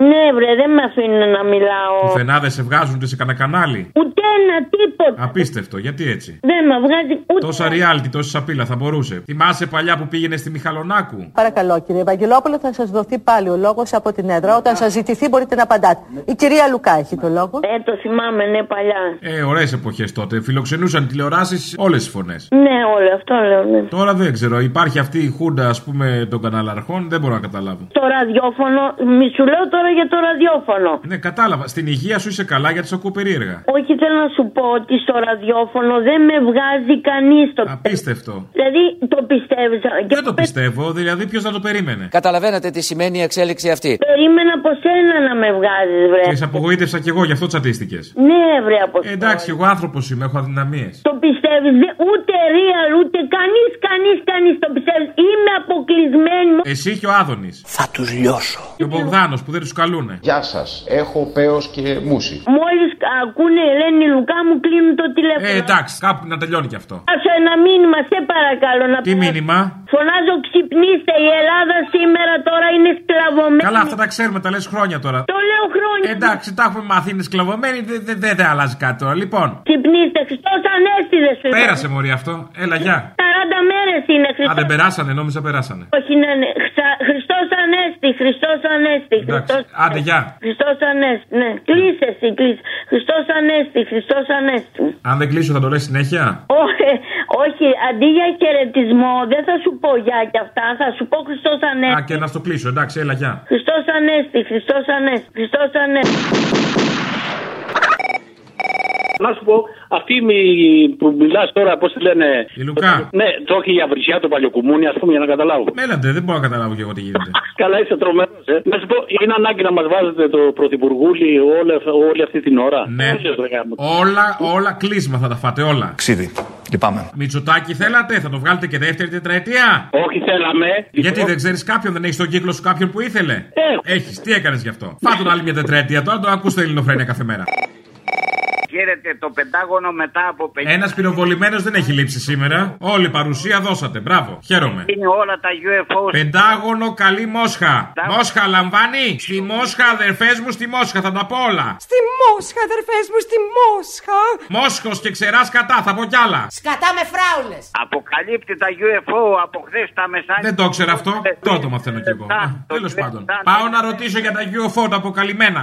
S13: Ναι, βρε, δεν με αφήνουν να μιλάω. ναι,
S3: Οι φενάδες σε βγάζουν, τι σε κανένα κανάλι.
S13: Ούτε Κανένα τίποτα.
S3: Απίστευτο, γιατί έτσι.
S13: Δεν με βγάζει ούτε.
S3: Τόσα reality, τόση σαπίλα θα μπορούσε. Θυμάσαι παλιά που πήγαινε στη Μιχαλονάκου.
S1: Παρακαλώ, κύριε Βαγγελόπουλο, θα σας δοθεί πάλι ο λόγος από την έδρα. Όταν σας ζητηθεί, μπορείτε να απαντάτε. Η κυρία Λουκά έχει το λόγο.
S13: Ε, το θυμάμαι, ναι, παλιά.
S3: Ε, ωραίες εποχές τότε. Φιλοξενούσαν τηλεοράσεις όλες τι φωνές.
S13: Ναι, όλο αυτό λέω, ναι.
S3: Τώρα δεν ξέρω, υπάρχει αυτή η χούντα, ας πούμε, των καναλαρχών, δεν μπορώ να καταλάβω.
S13: Το ραδιόφωνο, μη σου λέω τώρα για το ραδιόφωνο.
S3: Ναι, κατάλαβα. Στην υγεία σου είσαι καλά γιατί σε ακούω περίεργα.
S13: Όχι, θέλω να σου πω ότι στο ραδιόφωνο δεν με βγάζει κανείς το.
S3: Απίστευτο.
S13: Δηλαδή, το πιστεύεις.
S3: Δεν το πιστεύω, δηλαδή ποιος θα το περίμενε.
S37: Καταλαβαίνετε τι σημαίνει η εξέλιξη αυτή.
S13: Περίμενα από σένα να με βγάζεις, βρε.
S3: Και σε απογοήτευσα κι εγώ, γι' αυτό τσατίστηκες.
S13: Ναι, βρε από
S3: Ε, εντάξει, εγώ άνθρωπος είμαι, έχω αδυναμίες.
S13: Το πιστεύεις, ούτε real, ούτε κανείς, κανείς, κανείς το πιστεύει. Είμαι αποκλεισμένη. μου.
S3: Εσύ και ο Άδωνης.
S1: Θα τους λιώσω.
S3: Και ο Μπογδάνος που δεν τους καλούνε.
S38: Γεια σας. Έχω πέος και μουσι.
S13: Μόλις ακούνε Ελένη Λουκά μου κλείνουν το τηλέφωνο.
S3: Ε, εντάξει, κάπου να τελειώνει κι αυτό.
S13: Άσε ένα μήνυμα, σε παρακαλώ να
S3: Τι μήνυμα.
S13: Φωνάζω ξυπνήστε, η Ελλάδα σήμερα τώρα είναι σκλαβωμένη.
S3: Καλά, αυτά τα ξέρουμε, τα λες χρόνια τώρα. Ε,
S13: Το λέω χρόνια.
S3: Εντάξει, τα έχουμε μάθει, είναι σκλαβωμένοι, δεν δε, δε, δε αλλάζει κάτι τώρα. Λοιπόν,
S13: Ξυπνήστε, Χριστός Ε, ανέστη δεν σου λέω.
S3: πέρασε μωρή αυτό. Έλα, γεια.
S13: 40 μέρες είναι
S3: Α,
S13: Χριστός.
S3: δεν περάσανε, νόμιζα περάσανε.
S13: Όχι, ναι, ναι. Χσα- Χριστός ανέστη, Χριστός ανέστη,
S3: Εντάξει,
S13: Χριστός...
S3: άντε, γεια.
S13: Χριστός ανέστη, ναι. Κλείσε εσύ, κλείσε. Χριστός ανέστη, Χριστός ανέστη.
S3: Αν δεν κλείσω, θα το λες συνέχεια.
S13: Όχι, όχι, αντί για χαιρετισμό, δεν θα σου πω γεια και αυτά, θα σου πω Χριστός ανέστη.
S3: Α, και να στο κλείσω, εντάξει, έλα, γεια.
S13: Χριστός Ανέστη, Χριστός Ανέστη, Χριστός Ανέστη.
S4: Να σου πω, αυτή μη- που μιλάς τώρα, πώς τη λένε.
S3: Η Λουκά.
S4: Ναι, το έχει η Αβρισιά, το παλιοκουμούνι, ας πούμε, για να καταλάβω.
S3: Μέλατε, δεν μπορώ να καταλάβω κι εγώ τι γίνεται.
S4: Καλά, είσαι τρομερός. Ε. Να σου πω, είναι ανάγκη να μας βάζετε το πρωθυπουργούλι όλη, όλη αυτή την ώρα.
S3: Ναι.
S4: Τέλειος, ρε γάμο.
S3: Όλα, όλα κλείσμα θα τα φάτε, όλα.
S4: Ξύδι. Λυπάμαι.
S3: Μητσοτάκι θέλατε, θα το βγάλετε και δεύτερη τετραετία.
S4: Όχι, θέλαμε.
S22: Λοιπόν.
S3: Γιατί δεν ξέρεις κάποιον, δεν έχεις τον κύκλο σου κάποιον που ήθελε. Έχεις, τι έκανες γι' αυτό. Φάτουν άλλη μια τετραετία τώρα, το ακούς στο Ελληνοφρένια κάθε μέρα.
S22: Χαίρετε το πεντάγωνο μετά από 50
S3: Ένας πυροβολημένος δεν έχει λείψει σήμερα. Όλη παρουσία δώσατε, μπρavo, χαίρομαι.
S22: είναι όλα τα UFO.
S3: Πεντάγωνο, καλή Μόσχα. Μόσχα λαμβάνει. Στη Μόσχα, αδερφές μου, στη Μόσχα, θα τα πω όλα.
S22: Στη Μόσχα, αδερφές μου, στη Μόσχα.
S3: Μόσχος και ξεράς κατά, θα πω κι άλλα.
S22: Σκατά με φράουλες. Αποκαλύπτει τα UFO από χθες τα μεσάνυχτα. Ε,
S3: Δεν το ξέρω αυτό. Τώρα το μαθαίνω κι εγώ. Τέλο πάντων. Πάω να ρωτήσω για τα UFO τα αποκαλυμμένα.